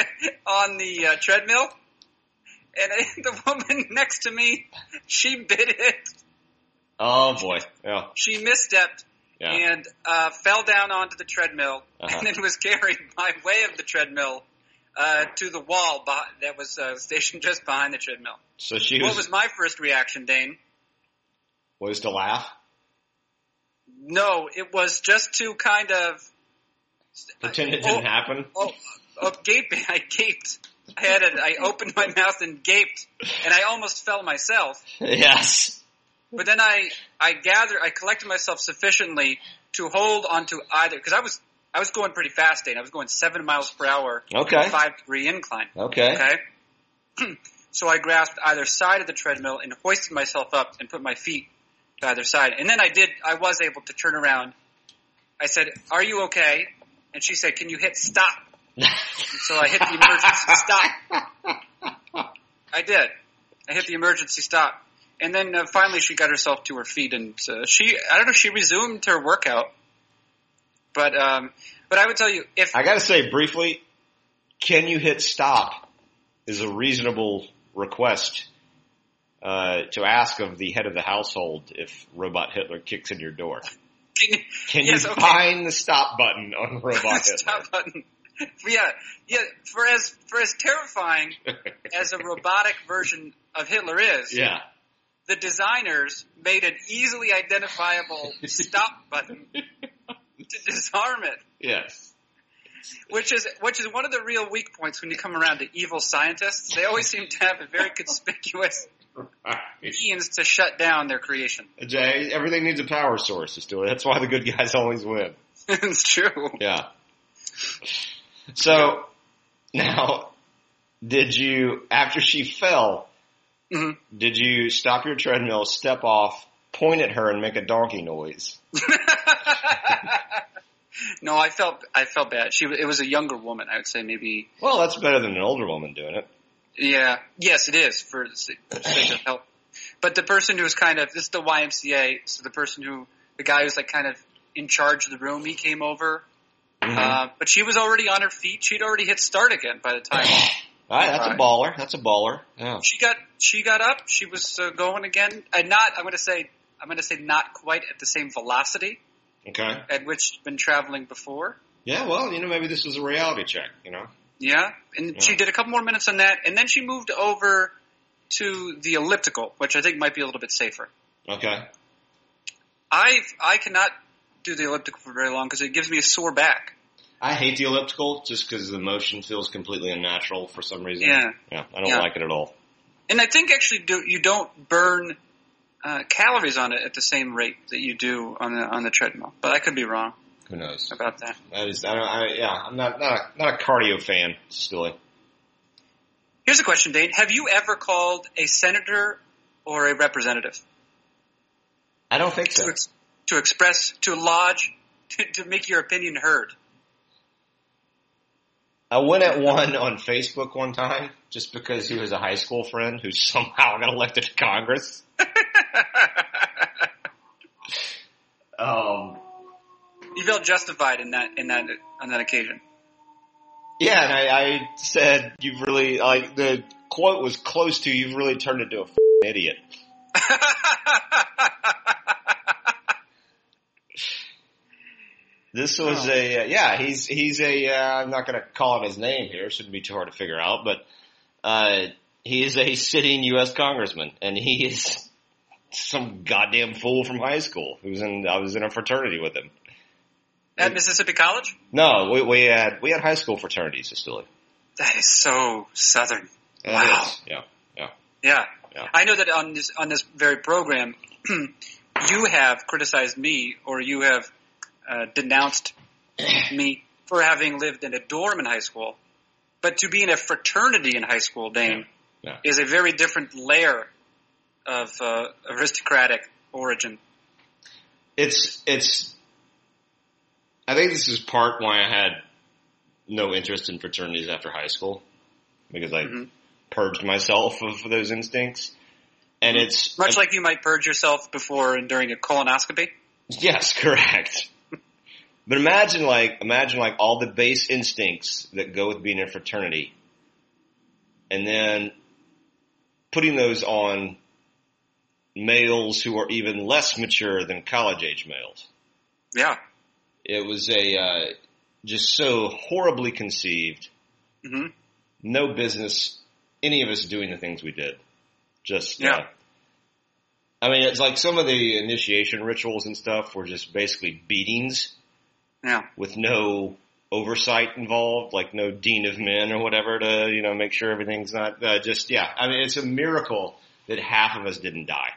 Speaker 3: on the uh, treadmill, and I, the woman next to me, she bit it.
Speaker 2: oh boy. Yeah.
Speaker 3: She misstepped
Speaker 2: Yeah.
Speaker 3: and uh, fell down onto the treadmill,
Speaker 2: Uh-huh.
Speaker 3: and then was carried by way of the treadmill uh, to the wall behind, that was uh, stationed just behind the treadmill.
Speaker 2: So she was
Speaker 3: What was my first reaction, Dane?
Speaker 2: was to laugh.
Speaker 3: No, it was just to kind of
Speaker 2: Pretend it didn't
Speaker 3: Oh.
Speaker 2: happen.
Speaker 3: Oh, oh gaping. I gaped. I had it. I opened my mouth and gaped, and I almost fell myself.
Speaker 2: Yes.
Speaker 3: But then I, I gathered, I collected myself sufficiently to hold onto either, because I was, I was going pretty fast, Dane. I was going seven miles per hour,
Speaker 2: Okay.
Speaker 3: five degree incline.
Speaker 2: Okay.
Speaker 3: Okay. so I grasped either side of the treadmill and hoisted myself up and put my feet to either side. And then I did, I was able to turn around. I said, are you okay? And she said, can you hit stop? And so I hit the emergency stop. I did. I hit the emergency stop. And then uh, finally she got herself to her feet and uh, she, I don't know, she resumed her workout. But, um, but I would tell you, if,
Speaker 2: I gotta say briefly, can you hit stop? Is a reasonable request uh, to ask of the head of the household if Robot Hitler kicks in your door. Can
Speaker 3: Yes,
Speaker 2: you
Speaker 3: okay.
Speaker 2: find the stop button on Robot Hitler?
Speaker 3: Stop button. Yeah, yeah. For as for as terrifying as a robotic version of Hitler is,
Speaker 2: Yeah.
Speaker 3: the designers made an easily identifiable stop button to disarm it,
Speaker 2: Yes.
Speaker 3: which is which is one of the real weak points when you come around to evil scientists. They always seem to have a very conspicuous means to shut down their creation.
Speaker 2: Jay, everything needs a power source to do it. That's why the good guys always win.
Speaker 3: it's true.
Speaker 2: Yeah. So now, did you after she fell?
Speaker 3: Mhm.
Speaker 2: Did you stop your treadmill, step off, point at her, and make a donkey noise?
Speaker 3: no, I felt I felt bad. She it was a younger woman. I would say maybe
Speaker 2: Well, that's better than an older woman doing it.
Speaker 3: Yeah. Yes, it is for the sake for the sake of help. But the person who's kind of this is the YMCA, so the person who the guy who's like kind of in charge of the room, he came over. Uh, but she was already on her feet. She'd already hit start again by the time
Speaker 2: All right, that's a
Speaker 3: right.
Speaker 2: baller. That's a baller. Yeah.
Speaker 3: she got she got up. She was uh, going again, and not I'm going to say I'm going to say not quite at the same velocity
Speaker 2: Okay.
Speaker 3: at which she'd been traveling before.
Speaker 2: Yeah. Well, you know, maybe this was a reality check. You know.
Speaker 3: Yeah, and she
Speaker 2: Yeah.
Speaker 3: did a couple more minutes on that, and then she moved over to the elliptical, which I think might be a little bit safer.
Speaker 2: Okay.
Speaker 3: I I cannot do the elliptical for very long because it gives me a sore back.
Speaker 2: I hate the elliptical just because the motion feels completely unnatural for some reason.
Speaker 3: Yeah.
Speaker 2: Yeah. I don't
Speaker 3: Yeah.
Speaker 2: like it at all.
Speaker 3: And I think actually do, you don't burn uh, calories on it at the same rate that you do on the on the treadmill. But I could be wrong
Speaker 2: Who knows?
Speaker 3: about that.
Speaker 2: That is, I don't, I, yeah, I'm not, not, a, not a cardio fan, Stewie.
Speaker 3: Here's a question, Dane. Have you ever called a senator or a representative
Speaker 2: I don't think
Speaker 3: to ex- to express to lodge to, to make your opinion heard?
Speaker 2: I went at one on Facebook one time just because he was a high school friend who somehow got elected to Congress. Um,
Speaker 3: You felt justified in that in that on that occasion.
Speaker 2: yeah, and I, I said, you've really, like, the quote was close to, you've really turned into a f- idiot. This was a uh, yeah. He's he's a. Uh, I'm not going to call out his name here. Shouldn't be too hard to figure out. But uh, he is a sitting U.S. congressman, and he is some goddamn fool from high school who's in. I was in a fraternity with him.
Speaker 3: At Mississippi College?
Speaker 2: No, we, we had we had high school fraternities, Cecilia.
Speaker 3: That is so southern.
Speaker 2: Yeah,
Speaker 3: Wow.
Speaker 2: it is. Yeah, yeah.
Speaker 3: Yeah.
Speaker 2: Yeah.
Speaker 3: I know that on this on this very program, you have criticized me or you have uh, denounced me for having lived in a dorm in high school, but to be in a fraternity in high school, Dane,
Speaker 2: Yeah.
Speaker 3: is a very different layer of uh, aristocratic origin.
Speaker 2: It's it's. I think this is part why I had no interest in fraternities after high school because I
Speaker 3: Mhm.
Speaker 2: purged myself of those instincts, and it's
Speaker 3: Much like you might purge yourself before and during a colonoscopy.
Speaker 2: Yes, correct. but imagine like imagine like all the base instincts that go with being in a fraternity, and then putting those on males who are even less mature than college age males.
Speaker 3: Yeah.
Speaker 2: It was a uh, just so horribly conceived.
Speaker 3: hmm
Speaker 2: No business any of us doing the things we did. Just
Speaker 3: Yeah.
Speaker 2: uh, I mean, it's like some of the initiation rituals and stuff were just basically beatings
Speaker 3: Yeah.
Speaker 2: with no oversight involved, like no dean of men or whatever to you know make sure everything's not uh, just yeah. I mean, it's a miracle that half of us didn't die.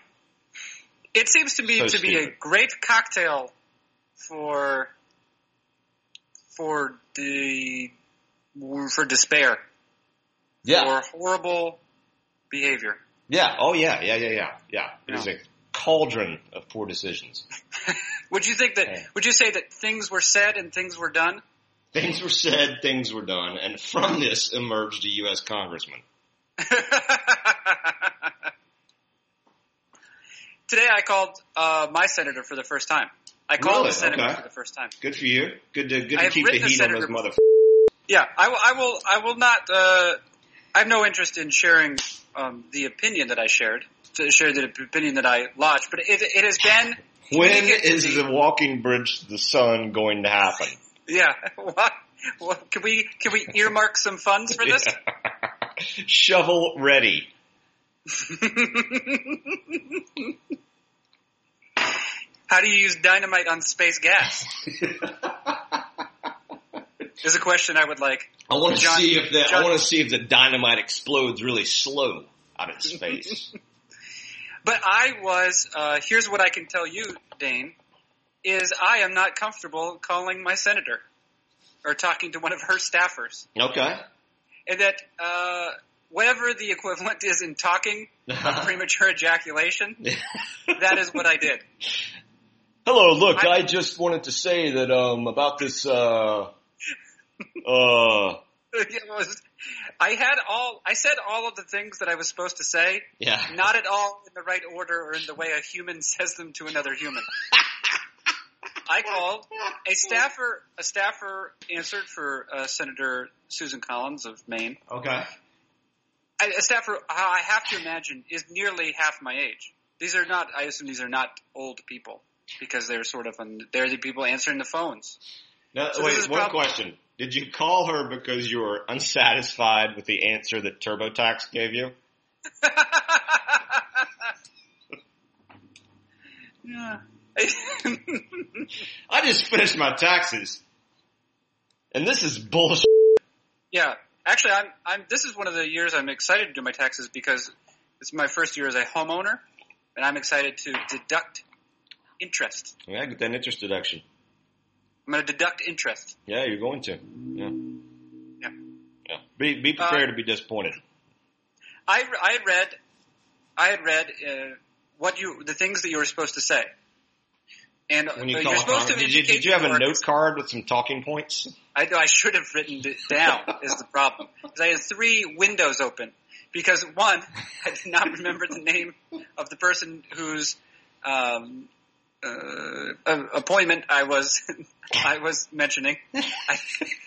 Speaker 3: It seems to me
Speaker 2: So
Speaker 3: to be a
Speaker 2: stupid.
Speaker 3: great cocktail for for the for despair for horrible behavior.
Speaker 2: yeah. Oh yeah, yeah, yeah, yeah, yeah. It was
Speaker 3: Yeah.
Speaker 2: a cauldron of poor decisions.
Speaker 3: Would you think that?
Speaker 2: Yeah.
Speaker 3: Would you say that things were said and things were done?
Speaker 2: Things were said, things were done, and from this emerged a U.S. congressman.
Speaker 3: Today I called uh, my senator for the first time. I called
Speaker 2: Really?
Speaker 3: the senator
Speaker 2: Okay.
Speaker 3: for the first time.
Speaker 2: Good for you. Good to good
Speaker 3: I
Speaker 2: to
Speaker 3: have
Speaker 2: keep the
Speaker 3: written a
Speaker 2: heat on those
Speaker 3: senator-
Speaker 2: motherfuckers.
Speaker 3: Yeah, I will. I will. I will not. Uh, I have no interest in sharing um, the opinion that I shared. To share the opinion that I lodged, but it, it has been.
Speaker 2: When
Speaker 3: Communicate
Speaker 2: is
Speaker 3: with the-
Speaker 2: the walking bridge to the sun going to happen?
Speaker 3: Yeah. What? What, can we can we earmark some funds for this?
Speaker 2: Shovel ready.
Speaker 3: How do you use dynamite on space gas? Is a question I would like.
Speaker 2: I want to
Speaker 3: John-
Speaker 2: see if the
Speaker 3: John-
Speaker 2: I want to see if the dynamite explodes really slow out of space.
Speaker 3: But I was. Uh, here's what I can tell you, Dane, is I am not comfortable calling my senator or talking to one of her staffers,
Speaker 2: okay.
Speaker 3: and that uh, whatever the equivalent is in talking of premature ejaculation, that is what I did.
Speaker 2: Hello, look,
Speaker 3: I-
Speaker 2: I, just wanted to say that um about this uh uh
Speaker 3: It was- I had all. I said all of the things that I was supposed to say,
Speaker 2: yeah.
Speaker 3: not at all in the right order or in the way a human says them to another human. I called a staffer. A staffer answered for uh, Senator Susan Collins of Maine.
Speaker 2: Okay.
Speaker 3: I, a staffer, I have to imagine, is nearly half my age. These are not. I assume these are not old people because they're sort of. On, they're the people answering the phones.
Speaker 2: Now,
Speaker 3: So this
Speaker 2: wait,
Speaker 3: is
Speaker 2: one
Speaker 3: prob-
Speaker 2: question. Did you call her because you were unsatisfied with the answer that TurboTax gave you?
Speaker 3: yeah.
Speaker 2: I just finished my taxes. And this is bullshit.
Speaker 3: yeah. Actually, I'm. I'm. This is one of the years I'm excited to do my taxes because it's my first year as a homeowner, and I'm excited to deduct interest.
Speaker 2: Yeah, get that interest deduction.
Speaker 3: I'm going to deduct interest.
Speaker 2: Yeah, you're going to. Yeah.
Speaker 3: Yeah. Uh,
Speaker 2: Yeah. Be be prepared to be disappointed.
Speaker 3: I. I had read. I had read uh, what you the things that you were supposed to say. And
Speaker 2: When you
Speaker 3: but
Speaker 2: call
Speaker 3: you're supposed
Speaker 2: Congress-
Speaker 3: to
Speaker 2: did, you,
Speaker 3: indicate
Speaker 2: did you have a
Speaker 3: your-
Speaker 2: note card with some talking points?
Speaker 3: I know I should have written it down is the problem. 'Cause I had three windows open because one, I did not remember the name of the person whose um, uh, a- appointment I was I was mentioning. I,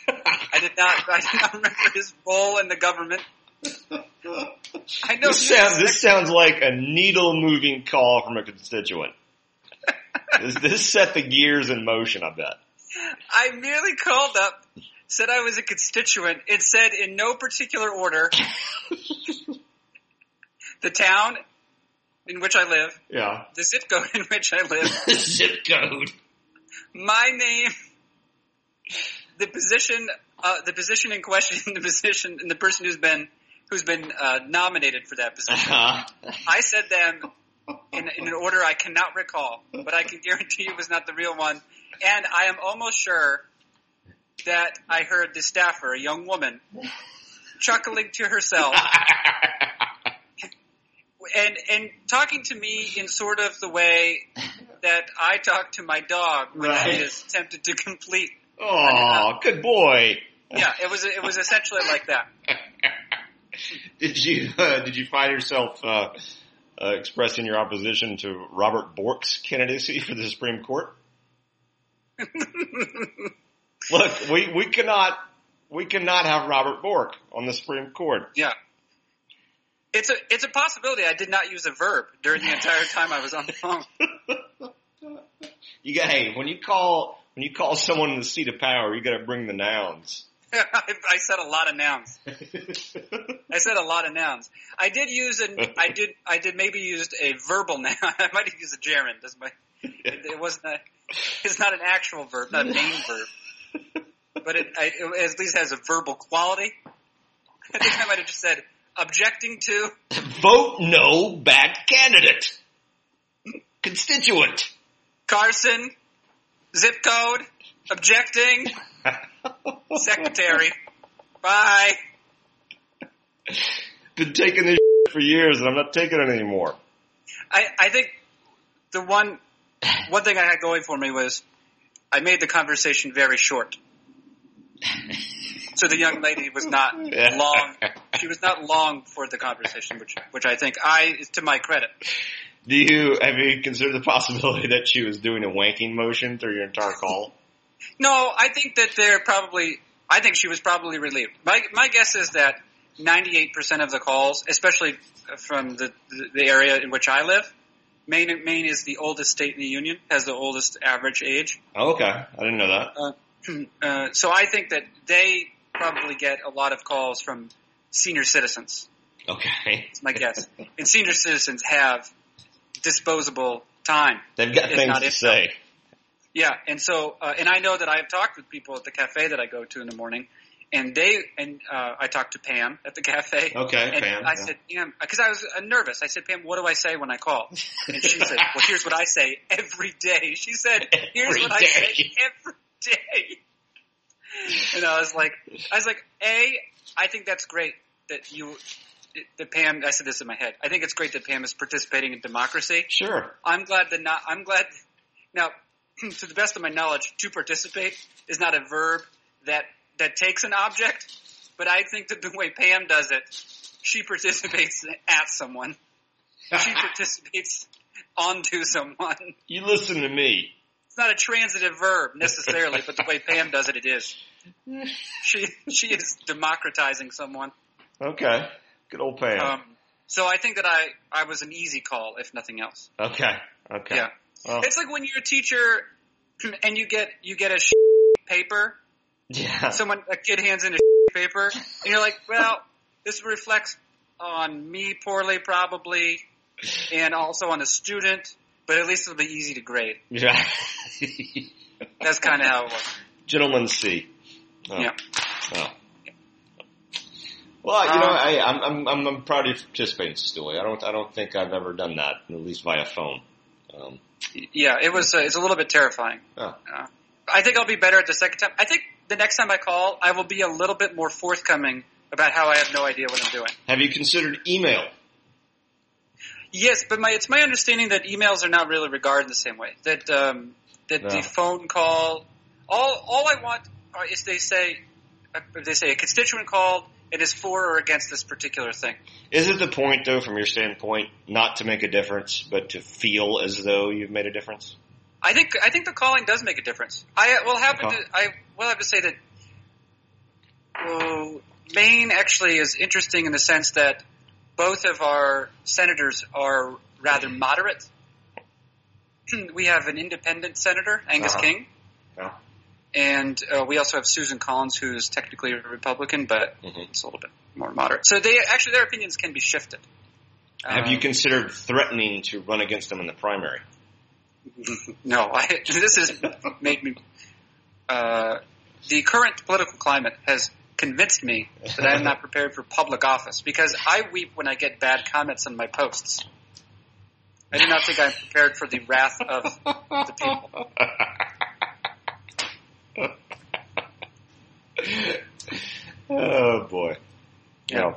Speaker 3: I did not I did not remember his role in the government. I know
Speaker 2: This, sound, this sounds like a needle moving call from a constituent. this, this set the gears in motion, I bet.
Speaker 3: I merely called up, said I was a constituent, and said in no particular order the town in which I live,
Speaker 2: Yeah.
Speaker 3: the zip code in which I live,
Speaker 2: Zip code.
Speaker 3: my name, the position, uh, the position in question, the position, and the person who's been who's been uh, nominated for that position.
Speaker 2: Uh-huh.
Speaker 3: I said them in, in an order I cannot recall, but I can guarantee it was not the real one. And I am almost sure that I heard the staffer, a young woman, chuckling to herself and and talking to me in sort of the way that I talk to my dog when
Speaker 2: Right.
Speaker 3: it is tempted to complete.
Speaker 2: Oh, good boy.
Speaker 3: Yeah, it was it was essentially like that.
Speaker 2: Did you uh, did you find yourself uh, uh, expressing your opposition to Robert Bork's candidacy for the Supreme Court? Look, we, we cannot we cannot have Robert Bork on the Supreme Court.
Speaker 3: Yeah. It's a it's a possibility. I did not use a verb during the entire time I was on the phone.
Speaker 2: You got hey, when you call when you call someone in the seat of power, you got to bring the nouns.
Speaker 3: I, I said a lot of nouns. I said a lot of nouns. I did use an I did I did maybe used a verbal noun. I might have used a gerund. That's my, it, it wasn't a, it's not an actual verb, not a main verb, but it, I, it at least has a verbal quality. I think I might have just said objecting to.
Speaker 2: Vote no, bad candidate, constituent.
Speaker 3: Carson, zip code, objecting, secretary. Bye.
Speaker 2: Been taking this for years, and I'm not taking it anymore.
Speaker 3: I, I think the one one thing I had going for me was I made the conversation very short. So the young lady was not long. She was not long for the conversation, which which I think I is to my credit.
Speaker 2: Do you have you considered the possibility that she was doing a wanking motion through your entire call?
Speaker 3: No, I think that they're probably. I think she was probably relieved. My my guess is that ninety eight percent of the calls, especially from the the area in which I live, Maine Maine is the oldest state in the union, has the oldest average age.
Speaker 2: Oh, okay, I didn't know that.
Speaker 3: Uh, so I think that they probably get a lot of calls from senior citizens.
Speaker 2: Okay,
Speaker 3: Is my guess, and senior citizens have disposable time.
Speaker 2: they've got
Speaker 3: It's
Speaker 2: things
Speaker 3: not
Speaker 2: to
Speaker 3: it.
Speaker 2: say.
Speaker 3: Yeah, and so uh, and I know that I've talked with people at the cafe that I go to in the morning, and they and uh, I talked to Pam at the cafe.
Speaker 2: Okay,
Speaker 3: and
Speaker 2: Pam,
Speaker 3: I
Speaker 2: yeah.
Speaker 3: said, Pam, because I was uh, nervous. I said, Pam, what do I say when I call? And she said, Well, here's what I say every day. She said, Here's
Speaker 2: Every
Speaker 3: what I say
Speaker 2: day.
Speaker 3: every day. And I was like, I was like, a, I think that's great that you, that Pam. I said this in my head. I think it's great that Pam is participating in democracy.
Speaker 2: Sure.
Speaker 3: I'm glad that not. I'm glad. Now, to the best of my knowledge, to participate is not a verb that that takes an object, but I think that the way Pam does it, she participates at someone. She participates onto someone.
Speaker 2: you listen to me.
Speaker 3: It's not a transitive verb necessarily, but the way Pam does it, it is. She she is democratizing someone.
Speaker 2: Okay, good old Pam.
Speaker 3: Um, so I think that I I was an easy call, if nothing else.
Speaker 2: okay, okay.
Speaker 3: Yeah.
Speaker 2: Well,
Speaker 3: It's like when you're a teacher and you get you get a sh- paper.
Speaker 2: yeah.
Speaker 3: Someone a kid hands in a sh- paper, and you're like, "Well, this reflects on me poorly, probably, and also on the student, but at least it'll be easy to grade."
Speaker 2: yeah.
Speaker 3: That's kind of how it was.
Speaker 2: Gentleman C. Oh.
Speaker 3: Yeah.
Speaker 2: Oh. Well, you know,
Speaker 3: Um,
Speaker 2: I, I'm, I'm I'm I'm proud of you for participating, Stewie. I don't I don't think I've ever done that, at least via phone. Um,
Speaker 3: Yeah, it was. Uh, it's a little bit terrifying.
Speaker 2: oh.
Speaker 3: Uh, I think I'll be better at the second time. I think the next time I call, I will be a little bit more forthcoming about how I have no idea what I'm doing.
Speaker 2: Have you considered email?
Speaker 3: Yes, but my it's my understanding that emails are not really regarded the same way. That um, that
Speaker 2: No.
Speaker 3: the phone call, all all I want are- is they say uh, they say a constituent called and is for or against this particular thing.
Speaker 2: Is it the point, though, from your standpoint, not to make a difference, but to feel as though you've made a difference?
Speaker 3: I think I think the calling does make a difference. I uh, will have
Speaker 2: Okay.
Speaker 3: to I will have to say that well, Maine actually is interesting in the sense that both of our senators are rather moderate. we have an independent senator, Angus
Speaker 2: Uh-huh.
Speaker 3: King,
Speaker 2: Yeah.
Speaker 3: and uh, we also have Susan Collins, who is technically a Republican, but
Speaker 2: Mhm.
Speaker 3: it's a little bit more moderate. So they actually their opinions can be shifted.
Speaker 2: Have you
Speaker 3: Um,
Speaker 2: considered threatening to run against them in the primary?
Speaker 3: Um, No, I, this has made me. Uh, the current political climate has convinced me that I am not prepared for public office because I weep when I get bad comments on my posts. I do not think I'm prepared for the wrath of the people.
Speaker 2: oh boy.
Speaker 3: Yeah.
Speaker 2: No.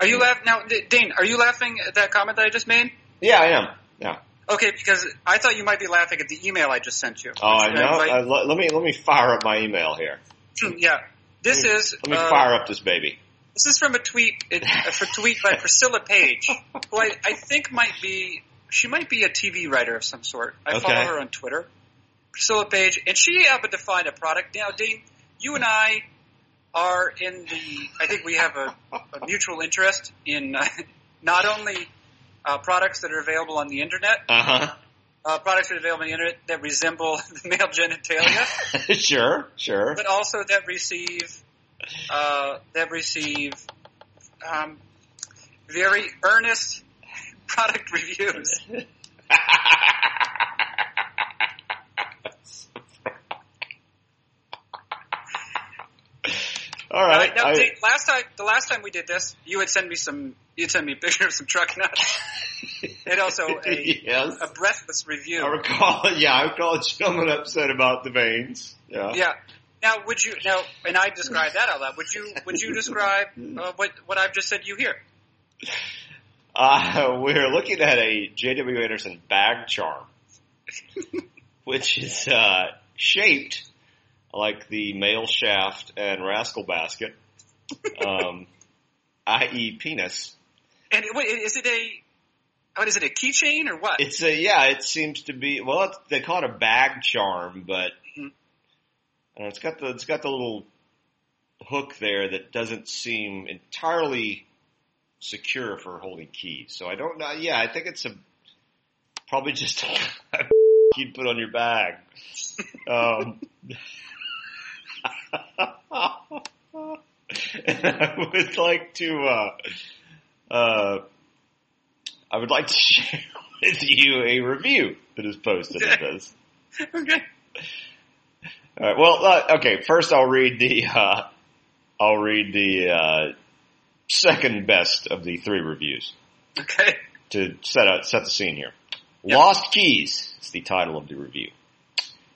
Speaker 3: Are you laughing now, D- Dane? Are you laughing at that comment that I just made?
Speaker 2: Yeah, I am. Yeah.
Speaker 3: Okay, because I thought you might be laughing at the email I just sent you.
Speaker 2: Oh, I
Speaker 3: Should
Speaker 2: know.
Speaker 3: invite-
Speaker 2: I- let, let me let me fire up my email here.
Speaker 3: Hmm, yeah. This
Speaker 2: let me,
Speaker 3: is
Speaker 2: Let me
Speaker 3: uh,
Speaker 2: fire up this baby.
Speaker 3: This is from a tweet. It, a tweet by Priscilla Page, who I, I think might be she might be a TV writer of some sort. I follow
Speaker 2: Okay.
Speaker 3: her on Twitter, Priscilla Page, and she happened to find a product. Now, Dean, you and I are in the. I think we have a, a mutual interest in uh, not only uh, products that are available on the internet,
Speaker 2: Uh
Speaker 3: uh, products that are available on the internet that resemble the male genitalia
Speaker 2: huh. sure. Sure.
Speaker 3: but also that receive uh, that receive um, very earnest product reviews.
Speaker 2: All
Speaker 3: Now,
Speaker 2: right.
Speaker 3: now,
Speaker 2: I-
Speaker 3: Dave, last time, the last time we did this, you had sent me some, you would send me a picture of some truck nuts, and also a,
Speaker 2: yes.
Speaker 3: a breathless review.
Speaker 2: I recall. Yeah, I recall gentlemen upset about the veins. Yeah.
Speaker 3: Yeah. Now, would you now? And I described that out loud. Would you? Would you describe uh, what what I've just said? You hear?
Speaker 2: Uh, we're looking at a J.W. Anderson bag charm, which is uh, shaped like the male shaft and rascal basket, um, i.e., penis.
Speaker 3: And wait, is it a? What is it? A keychain or what?
Speaker 2: It's a yeah. It seems to be well. It's, they call it a bag charm, but
Speaker 3: Mhm.
Speaker 2: I don't know, it's got the it's got the little hook there that doesn't seem entirely secure for holding keys. So I don't know. Yeah, I think it's a probably just a you'd put on your bag. Um, and I would like to. Uh, uh, I would like to share with you a review that is posted of this.
Speaker 3: okay.
Speaker 2: All right, well, uh, okay. First, I'll read the uh, I'll read the uh, second best of the three reviews
Speaker 3: Okay.
Speaker 2: to set out set the scene here.
Speaker 3: Yeah.
Speaker 2: Lost keys is the title of the review.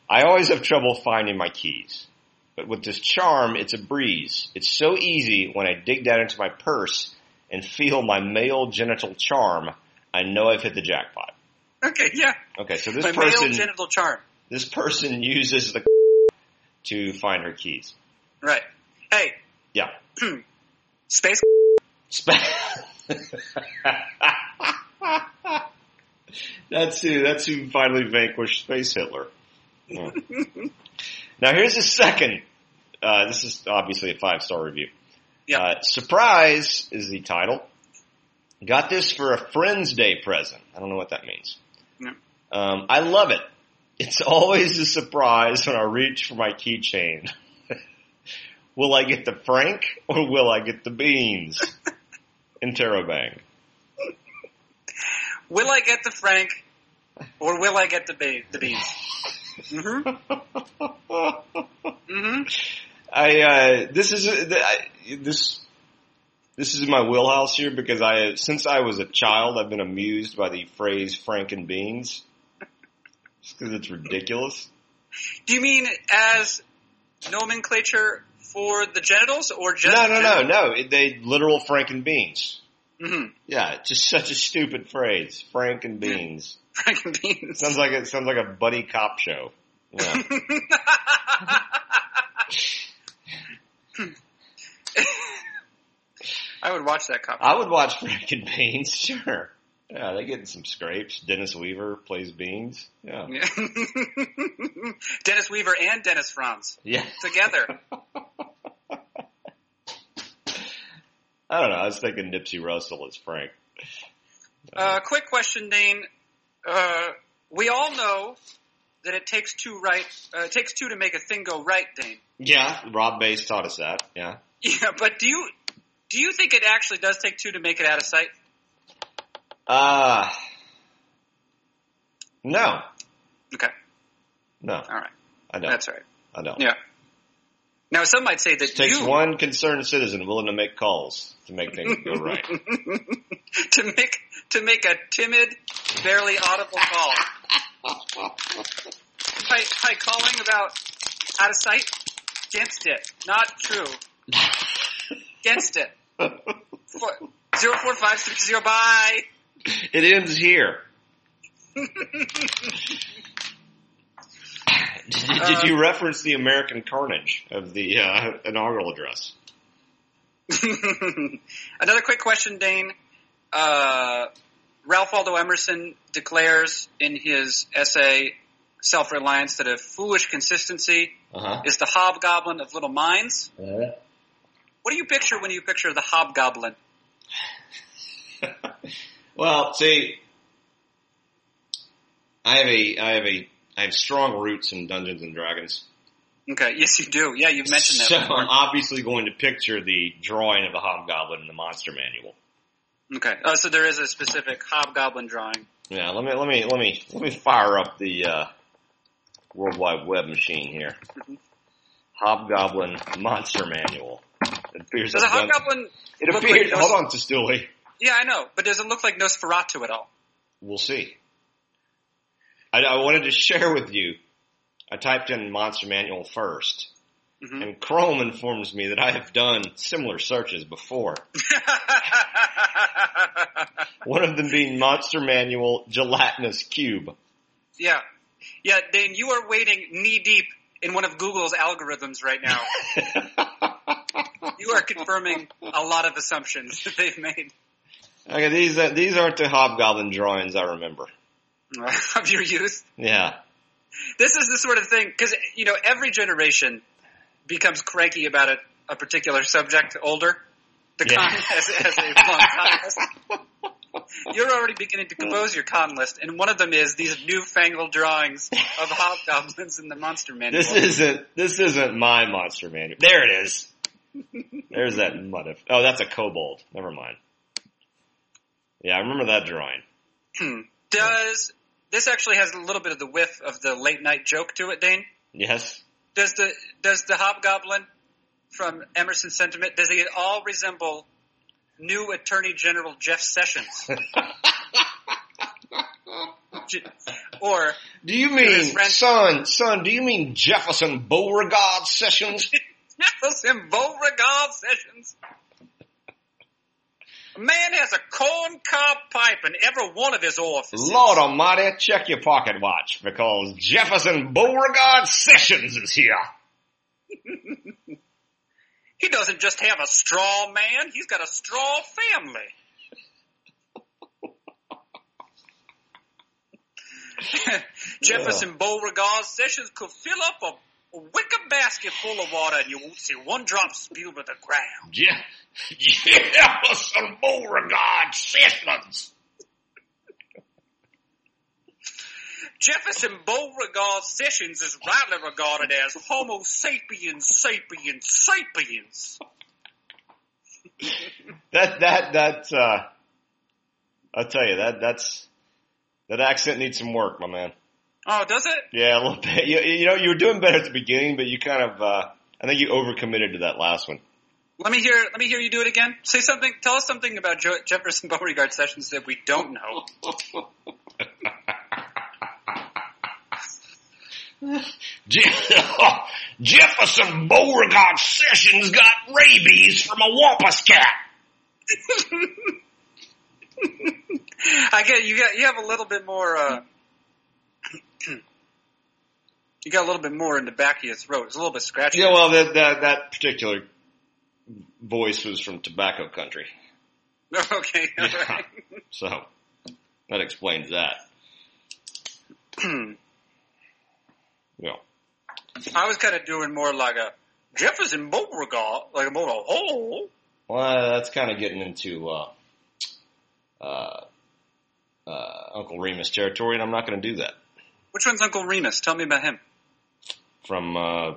Speaker 2: I always have trouble finding my keys, but with this charm, it's a breeze. It's so easy when I dig down into my purse and feel my male genital charm. I know I've hit the jackpot.
Speaker 3: Okay. Yeah.
Speaker 2: Okay, so this
Speaker 3: My
Speaker 2: person
Speaker 3: male genital charm.
Speaker 2: this person uses the to find her keys.
Speaker 3: Right. Hey,
Speaker 2: Yeah.
Speaker 3: space.
Speaker 2: Sp- that's who. That's who finally vanquished Space Hitler. Yeah. now here's the second. Uh, this is obviously a five star review.
Speaker 3: Yeah.
Speaker 2: Uh, Surprise is the title. Got this for a Friend's Day present. I don't know what that means.
Speaker 3: No.
Speaker 2: Um, I love it. It's always a surprise when I reach for my keychain. will I get the Frank or will I get the beans? Interrobang.
Speaker 3: Will I get the Frank, or will I get the ba- the beans? hmm hmm
Speaker 2: I uh, this is th- I, this this is my wheelhouse here because I since I was a child I've been amused by the phrase Frank and beans because it's ridiculous.
Speaker 3: Do you mean as nomenclature for the genitals, or just
Speaker 2: No, no, no, no. It- They literal Frank and beans.
Speaker 3: hmm
Speaker 2: Yeah, it's just such a stupid phrase. Frank and beans
Speaker 3: Frank and beans?
Speaker 2: sounds like it sounds like a buddy cop show. Yeah.
Speaker 3: I would watch that copy.
Speaker 2: I would watch Frank and Beans, sure. Yeah, they get in some scrapes. Dennis Weaver plays Beans. Yeah.
Speaker 3: Dennis Weaver and Dennis Franz
Speaker 2: Yeah.
Speaker 3: together.
Speaker 2: I don't know. I was thinking Nipsey Russell is Frank.
Speaker 3: Uh, quick question, Dane. Uh, we all know that it takes two right, uh, it takes two to make a thing go right, Dane.
Speaker 2: Yeah, Rob Bass taught us that. Yeah.
Speaker 3: Yeah, but do you do you think it actually does take two to make it out of sight?
Speaker 2: Uh no,
Speaker 3: Okay,
Speaker 2: no,
Speaker 3: all right,
Speaker 2: I don't.
Speaker 3: that's all right.
Speaker 2: I don't.
Speaker 3: Yeah. Now some might say that
Speaker 2: It takes
Speaker 3: you
Speaker 2: one concerned citizen willing to make calls to make things go right.
Speaker 3: to make to make a timid, barely audible call by, by calling about out of sight. Against it, not true. Against it. Four, zero four five six zero. Bye.
Speaker 2: it ends here. did, did you reference the American carnage of the uh, inaugural address?
Speaker 3: Another quick question, Dane. Uh, Ralph Waldo Emerson declares in his essay "Self Reliance" that a foolish consistency
Speaker 2: Uh-huh.
Speaker 3: is the hobgoblin of little minds.
Speaker 2: Uh
Speaker 3: What do you picture when you picture the hobgoblin?
Speaker 2: huh. well, see, I have a, I have a, I have strong roots in Dungeons and Dragons.
Speaker 3: Okay, yes, you do. Yeah, you've mentioned that.
Speaker 2: So uh,
Speaker 3: before.
Speaker 2: I'm obviously going to picture the drawing of the hobgoblin in the monster manual.
Speaker 3: Okay, oh, so there is a specific hobgoblin drawing.
Speaker 2: Yeah, let me let me let me let me fire up the uh, World Wide Web machine here. Hobgoblin Monster Manual. It appears.
Speaker 3: Does a
Speaker 2: I've done-
Speaker 3: hobgoblin?
Speaker 2: it
Speaker 3: look
Speaker 2: appears.
Speaker 3: like-
Speaker 2: hold on, Tistuli.
Speaker 3: Yeah, I know, but does it look like Nosferatu at all?
Speaker 2: We'll see. I, I wanted to share with you. I typed in Monster Manual 1st
Speaker 3: Mhm.
Speaker 2: and Chrome informs me that I have done similar searches before. One of them being Monster Manual Gelatinous Cube.
Speaker 3: yeah, yeah, Dane, you are wading knee deep in one of Google's algorithms right now. you are confirming a lot of assumptions that they've made
Speaker 2: Okay, these uh, these aren't the hobgoblin drawings I remember.
Speaker 3: of your youth.
Speaker 2: Yeah.
Speaker 3: this is the sort of thing because you know every generation becomes cranky about a, a particular subject older the
Speaker 2: Yeah.
Speaker 3: con as, as a long con list you're already beginning to compose your con list and one of them is these newfangled drawings of hobgoblins in the monster manual
Speaker 2: This isn't this isn't my monster manual. There it is. There's that mud of oh, that's a kobold. Never mind. Yeah, I remember that drawing.
Speaker 3: does this actually has a little bit of the whiff of the late night joke to it dane
Speaker 2: Yes.
Speaker 3: does the does the hobgoblin from emerson's sentiment does he at all resemble new attorney general jeff sessions J- or
Speaker 2: Do you
Speaker 3: his
Speaker 2: mean
Speaker 3: friend-
Speaker 2: son, son, do you mean Jefferson Beauregard Sessions?
Speaker 3: Jefferson Beauregard Sessions. A man has a corncob pipe in every one of his orifices.
Speaker 2: Lord almighty, check your pocket watch because Jefferson Beauregard Sessions is here.
Speaker 3: He doesn't just have a straw man, he's got a straw family. Jefferson Beauregard Sessions could fill up a, a wicker basket full of water and you won't see one drop spill to the ground.
Speaker 2: Je- Jefferson Beauregard Sessions.
Speaker 3: Jefferson Beauregard Sessions is rightly regarded as Homo sapiens sapiens sapiens.
Speaker 2: That that that uh I'll tell you that that's that accent needs some work, my man.
Speaker 3: Oh, does it?
Speaker 2: Yeah, a little bit. You, you know, you were doing better at the beginning, but you kind of uh I think you overcommitted to that last one.
Speaker 3: Let me hear. Let me hear you do it again. Say something. Tell us something about jo- Jefferson Beauregard Sessions that we don't know.
Speaker 2: Je- Jefferson Beauregard Sessions got rabies from a wampus cat.
Speaker 3: I get you. Got you have a little bit more. Uh, you got a little bit more in the back of your throat. It's a little bit scratchy.
Speaker 2: Yeah, well, that that, that particular voice was from tobacco country,
Speaker 3: okay. All
Speaker 2: Yeah.
Speaker 3: right.
Speaker 2: so that explains that. yeah.
Speaker 3: I was kind of doing more like a Jefferson Beauregard, like more of a oh.
Speaker 2: Well, uh, that's kind of getting into uh, uh, uh, Uncle Remus territory, and I'm not going to do that.
Speaker 3: What Which one's Uncle Remus? Tell me about him.
Speaker 2: from uh,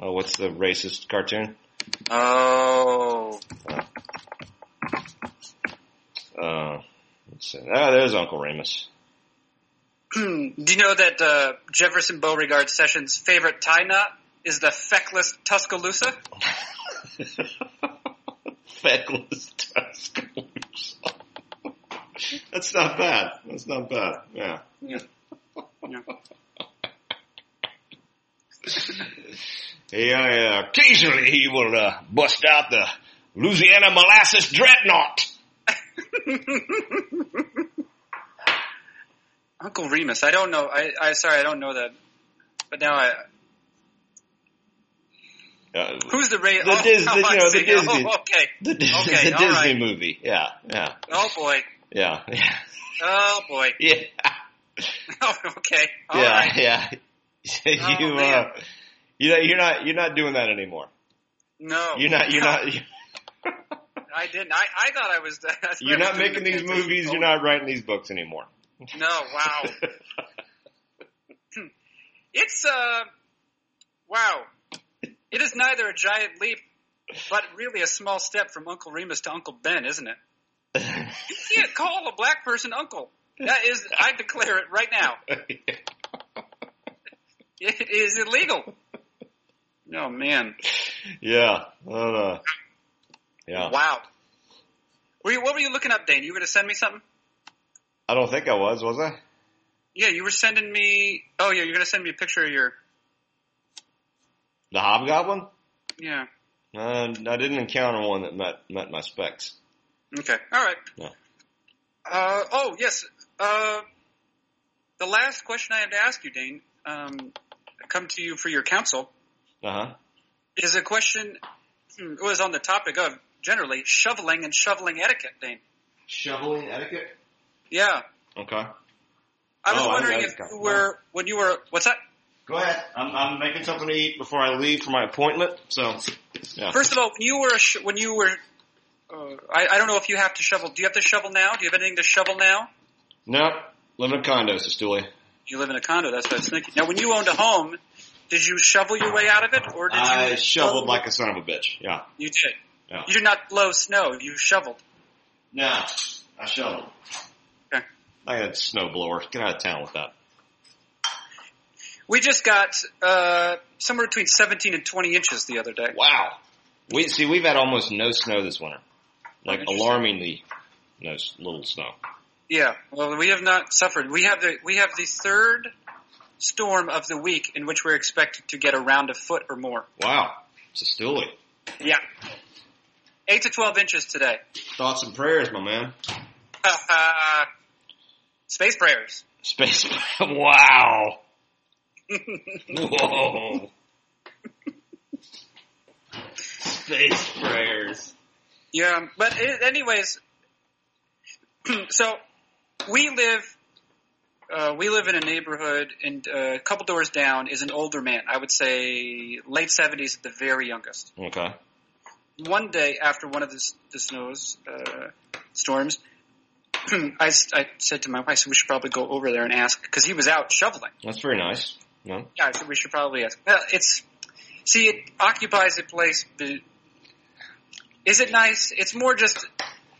Speaker 2: oh, what's the racist cartoon?
Speaker 3: Oh,
Speaker 2: Uh, let's see. Oh, there's Uncle Remus.
Speaker 3: do you know that uh, Jefferson Beauregard Sessions' favorite tie knot is the feckless Tuscaloosa?
Speaker 2: Feckless Tuscaloosa. That's not bad. That's not bad. Yeah. He uh, occasionally he will uh, bust out the Louisiana molasses dreadnought.
Speaker 3: Uncle Remus. I don't know. I, I sorry, I don't know that. But now I.
Speaker 2: Uh,
Speaker 3: Who's the Ray?
Speaker 2: The Dis- the-
Speaker 3: I
Speaker 2: you know, the
Speaker 3: see.
Speaker 2: Disney.
Speaker 3: Oh, okay.
Speaker 2: the Dis-
Speaker 3: Okay,
Speaker 2: the
Speaker 3: all
Speaker 2: Disney
Speaker 3: right.
Speaker 2: movie. Yeah, yeah,
Speaker 3: Oh boy.
Speaker 2: yeah, yeah,
Speaker 3: Oh boy.
Speaker 2: yeah,
Speaker 3: Oh, okay. All
Speaker 2: yeah.
Speaker 3: right.
Speaker 2: yeah. you,
Speaker 3: Oh, man.
Speaker 2: uh, you know, you're not you're not doing that anymore.
Speaker 3: No.
Speaker 2: You're not you're
Speaker 3: No,
Speaker 2: not
Speaker 3: I didn't. I, I thought I was. that's what
Speaker 2: you're
Speaker 3: I was
Speaker 2: not
Speaker 3: doing
Speaker 2: making
Speaker 3: the
Speaker 2: these
Speaker 3: fantasy
Speaker 2: movies.
Speaker 3: show.
Speaker 2: You're not writing these books anymore.
Speaker 3: No. Wow. It's uh, wow. It is neither a giant leap, but really a small step from Uncle Remus to Uncle Ben, isn't it? You can't call a black person uncle. That is, I declare it right now. It is illegal. No man.
Speaker 2: yeah. Uh, yeah.
Speaker 3: Wow. Were you? What were you looking up, Dane? You were going to send me something?
Speaker 2: I don't think I was, was I?
Speaker 3: Yeah, you were sending me. Oh yeah, you're going to send me a picture of your.
Speaker 2: The Hobgoblin?
Speaker 3: Yeah.
Speaker 2: Uh, I didn't encounter one that met met my specs.
Speaker 3: Okay. All right.
Speaker 2: Yeah.
Speaker 3: Uh, oh yes. Uh, the last question I have to ask you, Dane, um, come to you for your counsel,
Speaker 2: Uh huh.
Speaker 3: is a question. hmm, It was on the topic of generally shoveling and shoveling etiquette, Dane.
Speaker 2: Shoveling etiquette.
Speaker 3: Yeah.
Speaker 2: Okay.
Speaker 3: I was
Speaker 2: Oh, I
Speaker 3: wondering
Speaker 2: got it.
Speaker 3: if
Speaker 2: Got it.
Speaker 3: you were when you were what's that?
Speaker 2: Go ahead. I'm, I'm making something to eat before I leave for my appointment. So, yeah.
Speaker 3: First of all, when you were a sh- when you were, uh, I, I don't know if you have to shovel. Do you have to shovel now? Do you have anything to shovel now?
Speaker 2: no, living in condos, Sestouli.
Speaker 3: You live in a condo. That's what I was thinking. Now, when you owned a home, did you shovel your way out of it, or did
Speaker 2: I
Speaker 3: you
Speaker 2: shoveled like a son of a bitch. Yeah.
Speaker 3: you did?
Speaker 2: Yeah.
Speaker 3: You did not blow snow. You shoveled.
Speaker 2: No, I shoveled.
Speaker 3: Okay.
Speaker 2: I had a snow blower. Get out of town with that.
Speaker 3: We just got uh, somewhere between 17 and 20 inches the other day.
Speaker 2: Wow. We see we've had almost no snow this winter, like
Speaker 3: Interesting.
Speaker 2: alarmingly, no s- little snow.
Speaker 3: Yeah. Well, we have not suffered. We have the we have the third storm of the week in which we're expected to get around a foot or more.
Speaker 2: Wow. Sestouli.
Speaker 3: Yeah. Eight to 12 inches today.
Speaker 2: Thoughts and prayers, my man.
Speaker 3: Space prayers.
Speaker 2: Space. wow. Whoa. Space prayers.
Speaker 3: Yeah, but it, anyways, so we live uh, we live in a neighborhood, and uh, a couple doors down is an older man. I would say late seventies at the very youngest.
Speaker 2: Okay.
Speaker 3: One day after one of the, s- the snows uh, storms, I, s- I said to my wife, I said, "We should probably go over there and ask," because he was out shoveling.
Speaker 2: That's very nice. No.
Speaker 3: Yeah, I said we should probably ask. Well, it's see, it occupies a place. be- Is it nice? It's more just.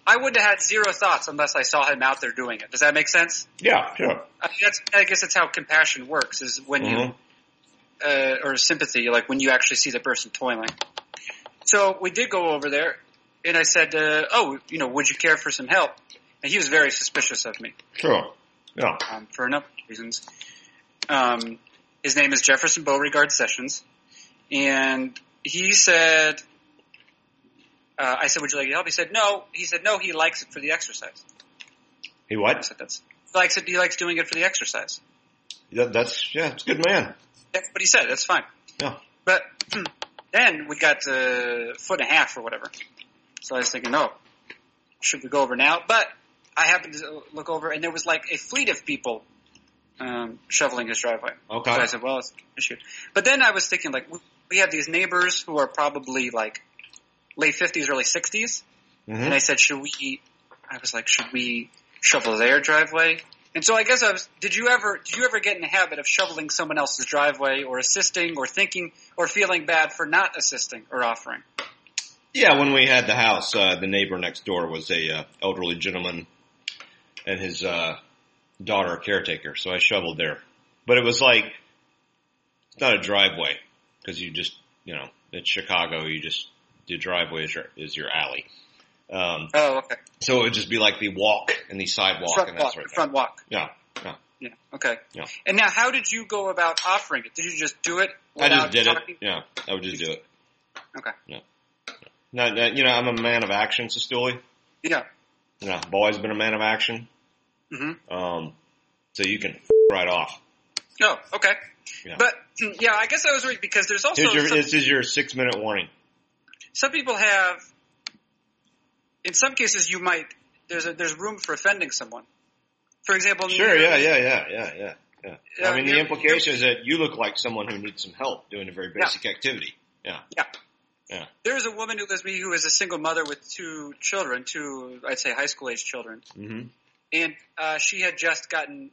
Speaker 3: I would have had zero thoughts unless I saw him out there doing it. Does that make sense?
Speaker 2: Yeah. Sure.
Speaker 3: I, mean, that's, I guess that's how compassion works: is when
Speaker 2: Mhm.
Speaker 3: you uh, or sympathy, like when you actually see the person toiling. So we did go over there, and I said, uh, "Oh, you know, would you care for some help?" And he was very suspicious of me
Speaker 2: Sure. Yeah.
Speaker 3: um, for a number of reasons. Um, his name is Jefferson Beauregard Sessions, and he said, uh, "I said, would you like any help?" He said, "No." He said, "No." He likes it for the exercise.
Speaker 2: He
Speaker 3: I
Speaker 2: what?
Speaker 3: said, "That's he likes it. He likes doing it for the exercise."
Speaker 2: That, that's yeah. It's a good man.
Speaker 3: That's what he said. That's fine.
Speaker 2: Yeah.
Speaker 3: But then we got a foot and a half or whatever. So I was thinking, no, should we go over now? But I happened to look over, and there was like a fleet of people um, shoveling his driveway.
Speaker 2: Okay.
Speaker 3: So I said, well, it's an issue. But then I was thinking, like, we- we have these neighbors who are probably like late 50s, early 60s.
Speaker 2: Mhm.
Speaker 3: And I said, should we, I was like, should we shovel their driveway? And so I guess I was. Did you ever? Did you ever get in the habit of shoveling someone else's driveway, or assisting, or thinking, or feeling bad for not assisting or offering?
Speaker 2: Yeah, when we had the house, uh, the neighbor next door was a uh, elderly gentleman and his uh, daughter, a caretaker. So I shoveled there, but it was like it's not a driveway because you just you know it's Chicago. You just the driveway is your is your alley. Um,
Speaker 3: Oh, okay.
Speaker 2: so it would just be like the walk and the sidewalk
Speaker 3: front
Speaker 2: and that
Speaker 3: walk.
Speaker 2: sort of thing.
Speaker 3: front walk.
Speaker 2: Yeah,
Speaker 3: Yeah. Okay.
Speaker 2: Yeah.
Speaker 3: And now, how did you go about offering it? Did you just do it?
Speaker 2: I just
Speaker 3: without
Speaker 2: did it.
Speaker 3: talking?
Speaker 2: Yeah, I would just do it.
Speaker 3: Okay.
Speaker 2: Yeah. Not, that- you know, I'm a man of action, Sestouli.
Speaker 3: Yeah.
Speaker 2: Yeah, I've always been a man of action.
Speaker 3: hmm
Speaker 2: Um, so you can f- right off.
Speaker 3: Oh, okay.
Speaker 2: Yeah.
Speaker 3: But yeah, I guess I was worried because there's also
Speaker 2: Here's your,
Speaker 3: some,
Speaker 2: this is your six minute warning.
Speaker 3: some people have. In some cases, you might there's a, there's room for offending someone. For example,
Speaker 2: Sure.
Speaker 3: near-
Speaker 2: Yeah. Yeah. Yeah. Yeah. Yeah. Yeah.
Speaker 3: Yeah,
Speaker 2: I mean, the
Speaker 3: you're-
Speaker 2: implication is that you look like someone who needs some help doing a very basic activity. Yeah.
Speaker 3: There's a woman who lives with me who is a single mother with two children, two I'd say high school age children,
Speaker 2: Mm-hmm.
Speaker 3: and uh, she had just gotten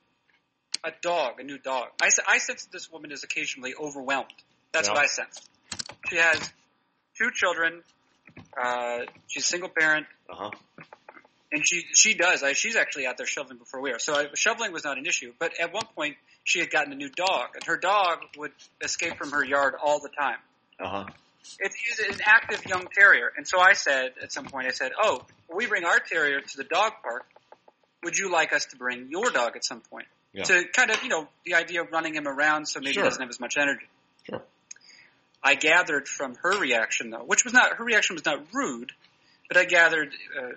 Speaker 3: a dog, a new dog. I, se- I sense that this woman is occasionally overwhelmed. That's
Speaker 2: Yeah.
Speaker 3: what I sense. She has two children. Uh, she's a single parent.
Speaker 2: Uh huh.
Speaker 3: And she she does. I, she's actually out there shoveling before we are. So I, shoveling was not an issue. But at one point, she had gotten a new dog, and her dog would escape from her yard all the time.
Speaker 2: Uh huh.
Speaker 3: It's he's an active young terrier. And so I said at some point, I said, "Oh, we bring our terrier to the dog park. Would you like us to bring your dog at some point
Speaker 2: Yeah.
Speaker 3: to kind of you know the idea of running him around so maybe
Speaker 2: Sure.
Speaker 3: he doesn't have as much energy."
Speaker 2: Sure.
Speaker 3: I gathered from her reaction, though, which was not her reaction was not rude, but I gathered uh,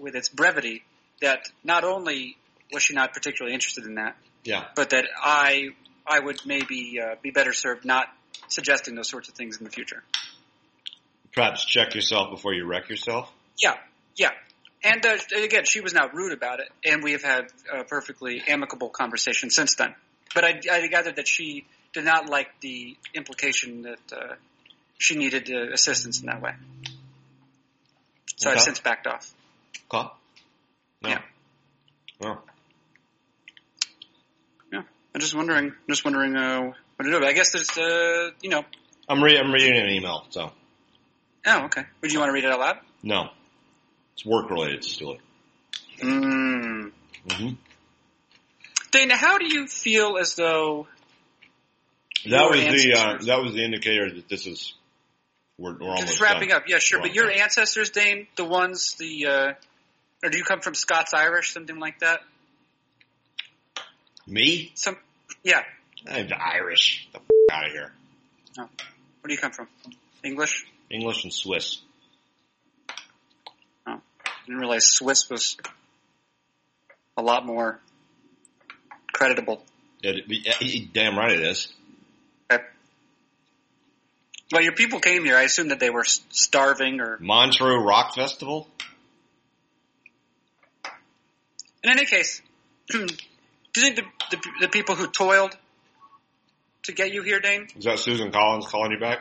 Speaker 3: with its brevity that not only was she not particularly interested in that,
Speaker 2: Yeah.
Speaker 3: but that I I would maybe uh, be better served not suggesting those sorts of things in the future.
Speaker 2: Perhaps check yourself before you wreck yourself.
Speaker 3: Yeah, yeah. And uh, again, she was not rude about it, and we have had a perfectly amicable conversation since then. But I, I gathered that she did not like the implication that uh, she needed uh, assistance in that way. So I've
Speaker 2: Okay.
Speaker 3: since backed off.
Speaker 2: Okay. No.
Speaker 3: Yeah.
Speaker 2: No.
Speaker 3: Yeah, I'm just wondering, just wondering uh, what to do. But I guess there's, uh, you know.
Speaker 2: I'm re- I'm reading an email, so
Speaker 3: Oh, okay. Would you want to read it out loud?
Speaker 2: no. It's work related, Sestouli.
Speaker 3: Mm.
Speaker 2: Mm-hmm.
Speaker 3: Dana, how do you feel as though?
Speaker 2: That
Speaker 3: your
Speaker 2: was the uh,
Speaker 3: ancestors-
Speaker 2: that was the indicator that this is we're, we're almost
Speaker 3: Just wrapping
Speaker 2: done.
Speaker 3: up, yeah, sure.
Speaker 2: We're
Speaker 3: But
Speaker 2: almost
Speaker 3: your
Speaker 2: done.
Speaker 3: ancestors, Dane, the ones, the, uh, or do you come from Scots Irish, something like that?
Speaker 2: me.
Speaker 3: Some, yeah.
Speaker 2: I'm Irish. The f- out of here.
Speaker 3: Where do you come from? English?
Speaker 2: English and Swiss.
Speaker 3: didn't realize Swiss was a lot more creditable.
Speaker 2: It, it, it- damn right it is.
Speaker 3: Okay. Well, your people came here. I assume that they were s- starving, or
Speaker 2: Montreux Rock Festival.
Speaker 3: in any case, do you think the, the, the people who toiled to get you here, Dane?
Speaker 2: Is that Susan Collins calling you back?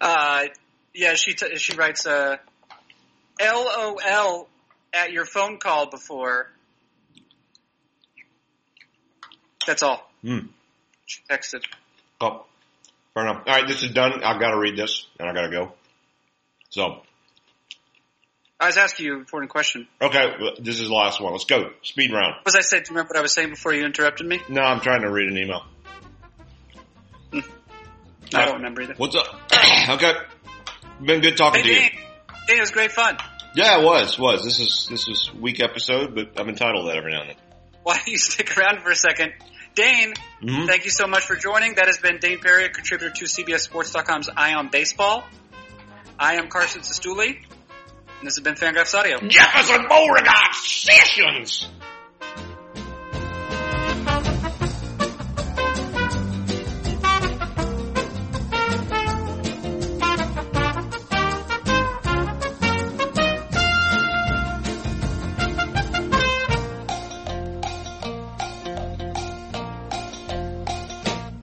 Speaker 3: Uh, yeah, she t- she writes uh, LOL at your phone call before. That's all.
Speaker 2: Hmm.
Speaker 3: She texted.
Speaker 2: Oh, fair enough. All right, this is done. I've got to read this and I got to go. So,
Speaker 3: I was asking you an important question.
Speaker 2: okay, well, this is the last one. Let's go. Speed round.
Speaker 3: What was I saying? Do you remember what I was saying before you interrupted me?
Speaker 2: No, I'm trying to read an email.
Speaker 3: I don't remember either.
Speaker 2: What's up? okay. Been good talking
Speaker 3: Hey,
Speaker 2: to you.
Speaker 3: Dane. Dane, it was great fun.
Speaker 2: Yeah, it was, was. This is this is week episode, but I'm entitled to that every now and
Speaker 3: Why don't you stick around for a second? Dane,
Speaker 2: then. Mm-hmm.
Speaker 3: thank you so much for joining. That has been Dane Perry, a contributor to CBSSports.com's Eye on Baseball. I am Carson Sestouli, and this has been Fangraphs Audio.
Speaker 2: Jefferson Beauregard Sessions.